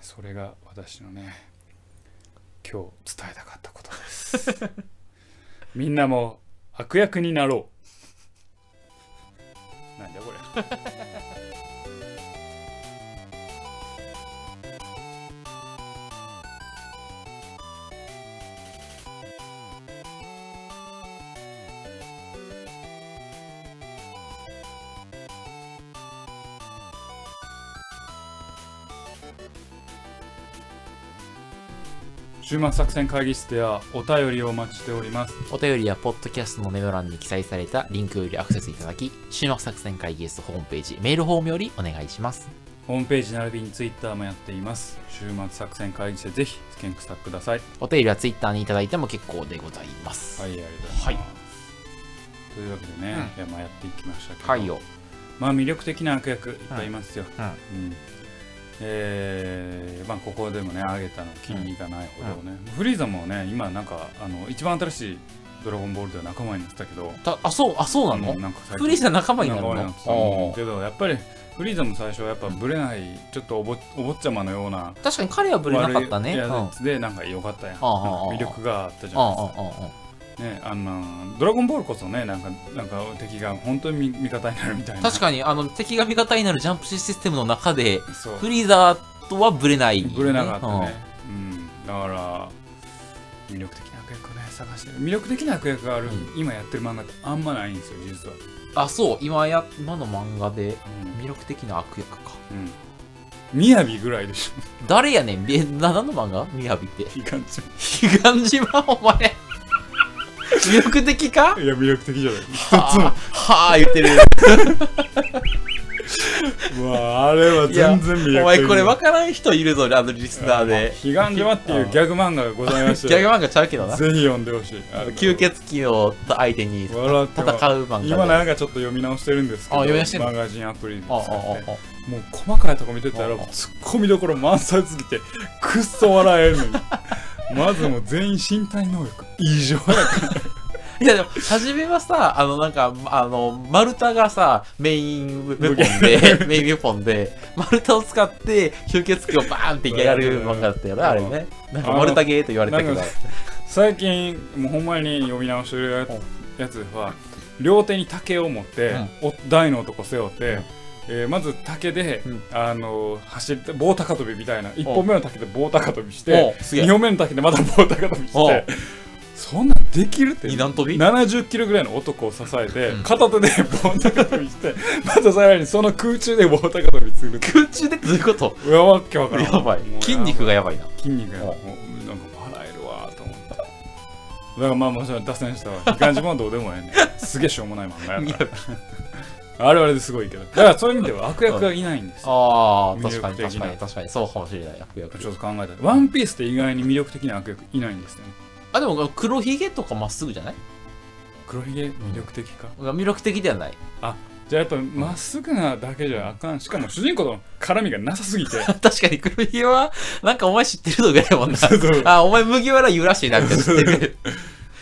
[SPEAKER 1] それが私のね今日伝えたかったことです [LAUGHS] みんなも悪役になろうなんだこれ週末作戦会議室ではお便りをお待ちしております
[SPEAKER 2] お便りやポッドキャストのメモ欄に記載されたリンクよりアクセスいただき収録作戦会議室ホームページメールフォームよりお願いします
[SPEAKER 1] ホームページ並びにツイッターもやっています週末作戦会議室でぜひ検索ください
[SPEAKER 2] お便りは Twitter にいただいても結構でございます
[SPEAKER 1] はいありがとうございます、というわけでね、いやまあやっていきましたけど、
[SPEAKER 2] はいよ、
[SPEAKER 1] まあ魅力的な悪役いっぱいいますよ、
[SPEAKER 2] うんうん
[SPEAKER 1] うんえーまあここでもね挙げたの気に入らないほどね、フリーザもね今なんかあの一番新しい「ドラゴンボール」では仲間になってたけど
[SPEAKER 2] たあそうあそうなの、
[SPEAKER 1] うんなんか最
[SPEAKER 2] フリー
[SPEAKER 1] 近
[SPEAKER 2] ザ仲間になるの
[SPEAKER 1] 仲間になってたうんけどやっぱりフリーザも最初はやっぱブレない、ちょっとおぼお坊ちゃまのような
[SPEAKER 2] あー確かに彼はブレなかった
[SPEAKER 1] 悪
[SPEAKER 2] ね
[SPEAKER 1] い
[SPEAKER 2] うん
[SPEAKER 1] やつでなんか良かったやん、
[SPEAKER 2] ああああああ
[SPEAKER 1] なんか魅力があったじゃないですか
[SPEAKER 2] あああ
[SPEAKER 1] ね、あのドラゴンボールこそねなんかなんか敵が本当に味味方になるみたいな
[SPEAKER 2] 確かにあの敵が味方になるジャンプシステムの中で
[SPEAKER 1] にそう
[SPEAKER 2] フリーザとはブレない、
[SPEAKER 1] ぶれなかったね、うん、だから魅力的な悪役をね探してる魅力的な悪役がある、
[SPEAKER 2] う
[SPEAKER 1] 今やってる漫画ってあんまないんですよ実は、
[SPEAKER 2] うんあそう今や今の漫画で
[SPEAKER 1] う
[SPEAKER 2] 魅力的な悪役か
[SPEAKER 1] んうん、みやびぐらいでしょ
[SPEAKER 2] 誰やねんべな何の漫画みやび [LAUGHS] って
[SPEAKER 1] いい感じ
[SPEAKER 2] 彼岸島お前魅力的か
[SPEAKER 1] [LAUGHS] いや魅力的じゃない
[SPEAKER 2] はあはあ言ってる
[SPEAKER 1] うわあれは全然魅力的
[SPEAKER 2] お前これ分からん人いるぞあのリスナーで
[SPEAKER 1] 彼岸島っていうギャグ漫画がございまし
[SPEAKER 2] ギ
[SPEAKER 1] て
[SPEAKER 2] ャグ漫画ちゃうけどな
[SPEAKER 1] ぜひ読んでほしいあの
[SPEAKER 2] 吸血鬼を相手に戦う
[SPEAKER 1] 笑ってます
[SPEAKER 2] 漫画で
[SPEAKER 1] 今なんかちょっと読み直してるんですけど
[SPEAKER 2] あ読み直してんの
[SPEAKER 1] マガジンアプリで使
[SPEAKER 2] ああ
[SPEAKER 1] って
[SPEAKER 2] ああ
[SPEAKER 1] もう細かいとこ見てたら
[SPEAKER 2] ああ
[SPEAKER 1] ツッコミどころ満載すぎてくっそ笑えるの
[SPEAKER 2] [LAUGHS]
[SPEAKER 1] にまずもう全員身体能力異常やから
[SPEAKER 2] いやでも初めはさあのなんかあの丸太がさメインウェポンで [LAUGHS] メインウェポンで丸太を使って吸血鬼をバーンってやる漫画だったよねあれねなんか丸太ゲーと言われたけど
[SPEAKER 1] なんか最近もうほんまに読み直してるややつは両手に竹を持って、お大の男背負って、
[SPEAKER 2] うん
[SPEAKER 1] えーまず竹で、
[SPEAKER 2] うん
[SPEAKER 1] あの走って棒高跳びみたいな1本目の竹で棒高跳びし
[SPEAKER 2] お
[SPEAKER 1] て
[SPEAKER 2] うすげ
[SPEAKER 1] 2
[SPEAKER 2] え
[SPEAKER 1] 本目の竹でまた棒高跳びし
[SPEAKER 2] お
[SPEAKER 1] て
[SPEAKER 2] う
[SPEAKER 1] そんなんできるって
[SPEAKER 2] 二段跳び
[SPEAKER 1] 70キロぐらいの男を支えて、
[SPEAKER 2] うん
[SPEAKER 1] 片手で棒高跳びしてまたさらにその空中で棒高跳びする
[SPEAKER 2] 空中でどういうこと
[SPEAKER 1] うわわっけわからん
[SPEAKER 2] やばい
[SPEAKER 1] もう
[SPEAKER 2] 筋肉がやばいな
[SPEAKER 1] 筋肉が
[SPEAKER 2] うん
[SPEAKER 1] もうなんか笑えるわーと思ってだからまあもちろん脱線したわ感じもどうでもええね
[SPEAKER 2] [LAUGHS]
[SPEAKER 1] んすげえしょうもない漫画
[SPEAKER 2] い
[SPEAKER 1] や
[SPEAKER 2] や
[SPEAKER 1] からあれはあれですごいけどだからそういう意味では悪役がいないんですよ
[SPEAKER 2] ああ確かに
[SPEAKER 1] 魅力
[SPEAKER 2] 確
[SPEAKER 1] 的
[SPEAKER 2] か
[SPEAKER 1] な
[SPEAKER 2] に確かにそうかもしれない悪役
[SPEAKER 1] ちょっと考えたワンピースって意外に魅力的な悪役いないんですね
[SPEAKER 2] あでも黒ひげとかまっすぐじゃない
[SPEAKER 1] 黒ひげ魅力的か
[SPEAKER 2] 魅力的ではない [LAUGHS]
[SPEAKER 1] じゃあやっぱまっすぐなだけじゃあかんしかも主人公との絡みがなさすぎて
[SPEAKER 2] 確かに黒ひげはなんかお前知ってるのぐらいやもんな
[SPEAKER 1] うそう
[SPEAKER 2] あお前麦わら言うらしいなみたいな知ってる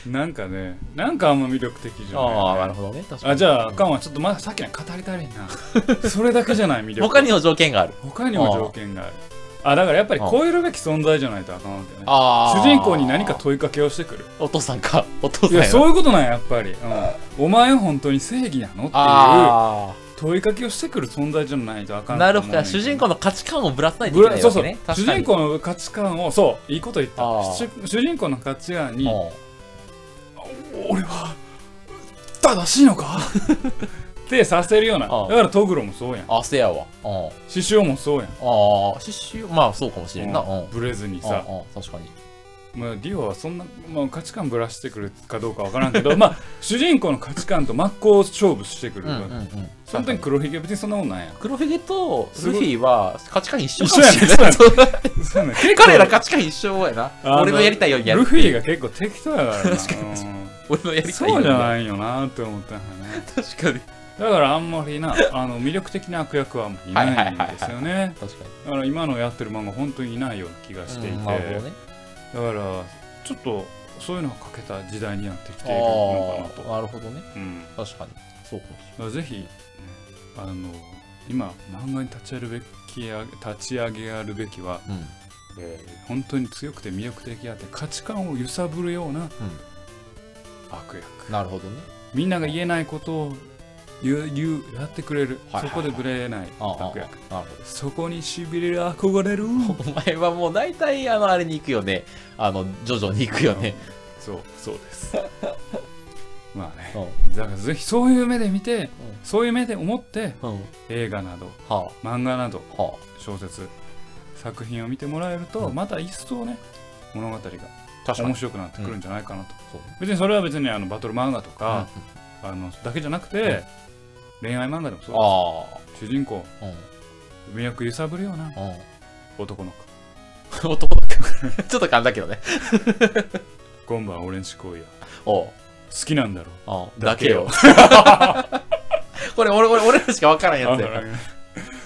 [SPEAKER 1] なんかねなんかあんま魅力的じゃない、
[SPEAKER 2] [LAUGHS] [LAUGHS] ああ、なるほどね。確かに
[SPEAKER 1] あじゃああかんわちょっとまださっきの語りたいなそれだけじゃない魅力
[SPEAKER 2] 他にも条件がある。
[SPEAKER 1] 他にも条件があるあだからやっぱり
[SPEAKER 2] ああ
[SPEAKER 1] 超えるべき存在じゃないとあかんわけね
[SPEAKER 2] あ
[SPEAKER 1] 主
[SPEAKER 2] あ。
[SPEAKER 1] 人公に何か問いかけをしてくる
[SPEAKER 2] お父さんか。お父
[SPEAKER 1] い
[SPEAKER 2] さん
[SPEAKER 1] や
[SPEAKER 2] や。
[SPEAKER 1] そうういうことなんややっぱり、うん、お前は本当に正義なのっていう
[SPEAKER 2] あ
[SPEAKER 1] 問いかけをしてくる存在じゃないとあか
[SPEAKER 2] あ。
[SPEAKER 1] ん
[SPEAKER 2] なるほど。主人公の価値観をぶらさないといけないわけね。
[SPEAKER 1] 主
[SPEAKER 2] 確か
[SPEAKER 1] 人
[SPEAKER 2] に。
[SPEAKER 1] 公の価値観をそういいこと言った
[SPEAKER 2] ああ
[SPEAKER 1] 主主人公の価値観に
[SPEAKER 2] うん
[SPEAKER 1] 俺は正しいのかってさせるような
[SPEAKER 2] ああ
[SPEAKER 1] だからトグロもそうやん
[SPEAKER 2] あ、せやわ。うんあ
[SPEAKER 1] 獅子王もそうやん
[SPEAKER 2] あ、刺繍、まあそうかもしれんな。う
[SPEAKER 1] うん
[SPEAKER 2] ん。
[SPEAKER 1] ブレずに
[SPEAKER 2] あ
[SPEAKER 1] さ
[SPEAKER 2] あ、確かに。
[SPEAKER 1] まあ、ディオはそんな、まあ、価値観ぶらしてくるかどうかわからんけど [LAUGHS] まあ主人公の価値観と真っ向勝負してくる、
[SPEAKER 2] ん、
[SPEAKER 1] その時黒ひげ別にそんなもんなんや
[SPEAKER 2] 黒ひげと
[SPEAKER 1] す
[SPEAKER 2] ル
[SPEAKER 1] ご
[SPEAKER 2] フ
[SPEAKER 1] い
[SPEAKER 2] ィは価値観一緒
[SPEAKER 1] 一緒
[SPEAKER 2] かも
[SPEAKER 1] やね
[SPEAKER 2] しれない。そう
[SPEAKER 1] そうやね [LAUGHS] 結構
[SPEAKER 2] [LAUGHS] 彼ら価値観一緒やな。俺のやりたいようにやる。
[SPEAKER 1] ルフィが結構適当やからな
[SPEAKER 2] 確かに確
[SPEAKER 1] うん
[SPEAKER 2] 俺のやりたい
[SPEAKER 1] [LAUGHS]
[SPEAKER 2] よ
[SPEAKER 1] そうう
[SPEAKER 2] に
[SPEAKER 1] じゃ
[SPEAKER 2] やる。
[SPEAKER 1] ないよなって思ったんだよね
[SPEAKER 2] 確かに。
[SPEAKER 1] だからあんまりなあの魅力的な悪役はあんまりいないんですよね
[SPEAKER 2] 確かに。
[SPEAKER 1] だから今のやってる漫画本当にいないような気がしていて、
[SPEAKER 2] うんなるほどね。
[SPEAKER 1] だからちょっとそういうのをかけた時代になってきているのかな
[SPEAKER 2] ああ、
[SPEAKER 1] と、
[SPEAKER 2] なるほどね。
[SPEAKER 1] うん、だ
[SPEAKER 2] 確かに。そうかもし
[SPEAKER 1] からぜひねあの今漫画に立ち上げるべきや立ち上げあるべきは、
[SPEAKER 2] れない。うん。
[SPEAKER 1] えー本当に強くて魅力的であって価値観を揺さぶるような悪役、
[SPEAKER 2] なるほどね。
[SPEAKER 1] みんなが言えないことを言う言うやってくれる、
[SPEAKER 2] はいはいはい
[SPEAKER 1] そこでぶれない
[SPEAKER 2] ああ、ああ
[SPEAKER 1] 悪役
[SPEAKER 2] なる
[SPEAKER 1] そこにしびれる憧れ
[SPEAKER 2] [LAUGHS]
[SPEAKER 1] る
[SPEAKER 2] ほど。お前はもう大体、あの、あれに行くよね。あの、ジョジョに行くよね。
[SPEAKER 1] そうそうです
[SPEAKER 2] [LAUGHS]
[SPEAKER 1] まあね
[SPEAKER 2] うん。
[SPEAKER 1] だからぜひそういう目で見て、そういう目で思って
[SPEAKER 2] うん。
[SPEAKER 1] 映画など
[SPEAKER 2] は
[SPEAKER 1] 漫画など
[SPEAKER 2] あ、は
[SPEAKER 1] 小説作品を見てもらえると、
[SPEAKER 2] うん
[SPEAKER 1] また一層ね物語が
[SPEAKER 2] あ。確かに
[SPEAKER 1] 面。白くなってくるんじゃないかなと、
[SPEAKER 2] そう
[SPEAKER 1] 別にそれは別にあのバトル漫画とか
[SPEAKER 2] あ、
[SPEAKER 1] あのだけじゃなくて、
[SPEAKER 2] うん
[SPEAKER 1] 恋愛漫画でもそう
[SPEAKER 2] あ
[SPEAKER 1] 主人公
[SPEAKER 2] あ。うん。
[SPEAKER 1] 魅力揺さぶるような
[SPEAKER 2] うん。
[SPEAKER 1] 男の子
[SPEAKER 2] [LAUGHS] 男だから。ちょっと勘だけどね。
[SPEAKER 1] 今晩は俺んち来いよ
[SPEAKER 2] おう。
[SPEAKER 1] 好きなんだろ
[SPEAKER 2] あ
[SPEAKER 1] だけよ。
[SPEAKER 2] [LAUGHS] これ俺、俺、俺らしか分からんやつやから。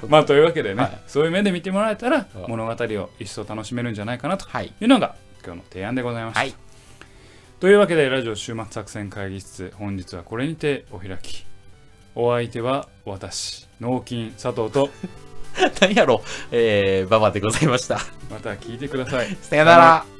[SPEAKER 1] まあというわけでね、
[SPEAKER 2] はい
[SPEAKER 1] そういう目で見てもらえたら
[SPEAKER 2] うん
[SPEAKER 1] 物語を一層楽しめるんじゃないかなと
[SPEAKER 2] はい。
[SPEAKER 1] いうのが今日の提案でございました、
[SPEAKER 2] はい
[SPEAKER 1] というわけでラジオ終末作戦会議室本日はこれにてお開きお相手は私脳筋佐藤と
[SPEAKER 2] 何やろう、えー、ババでございました。
[SPEAKER 1] また聞いてください
[SPEAKER 2] さよなら。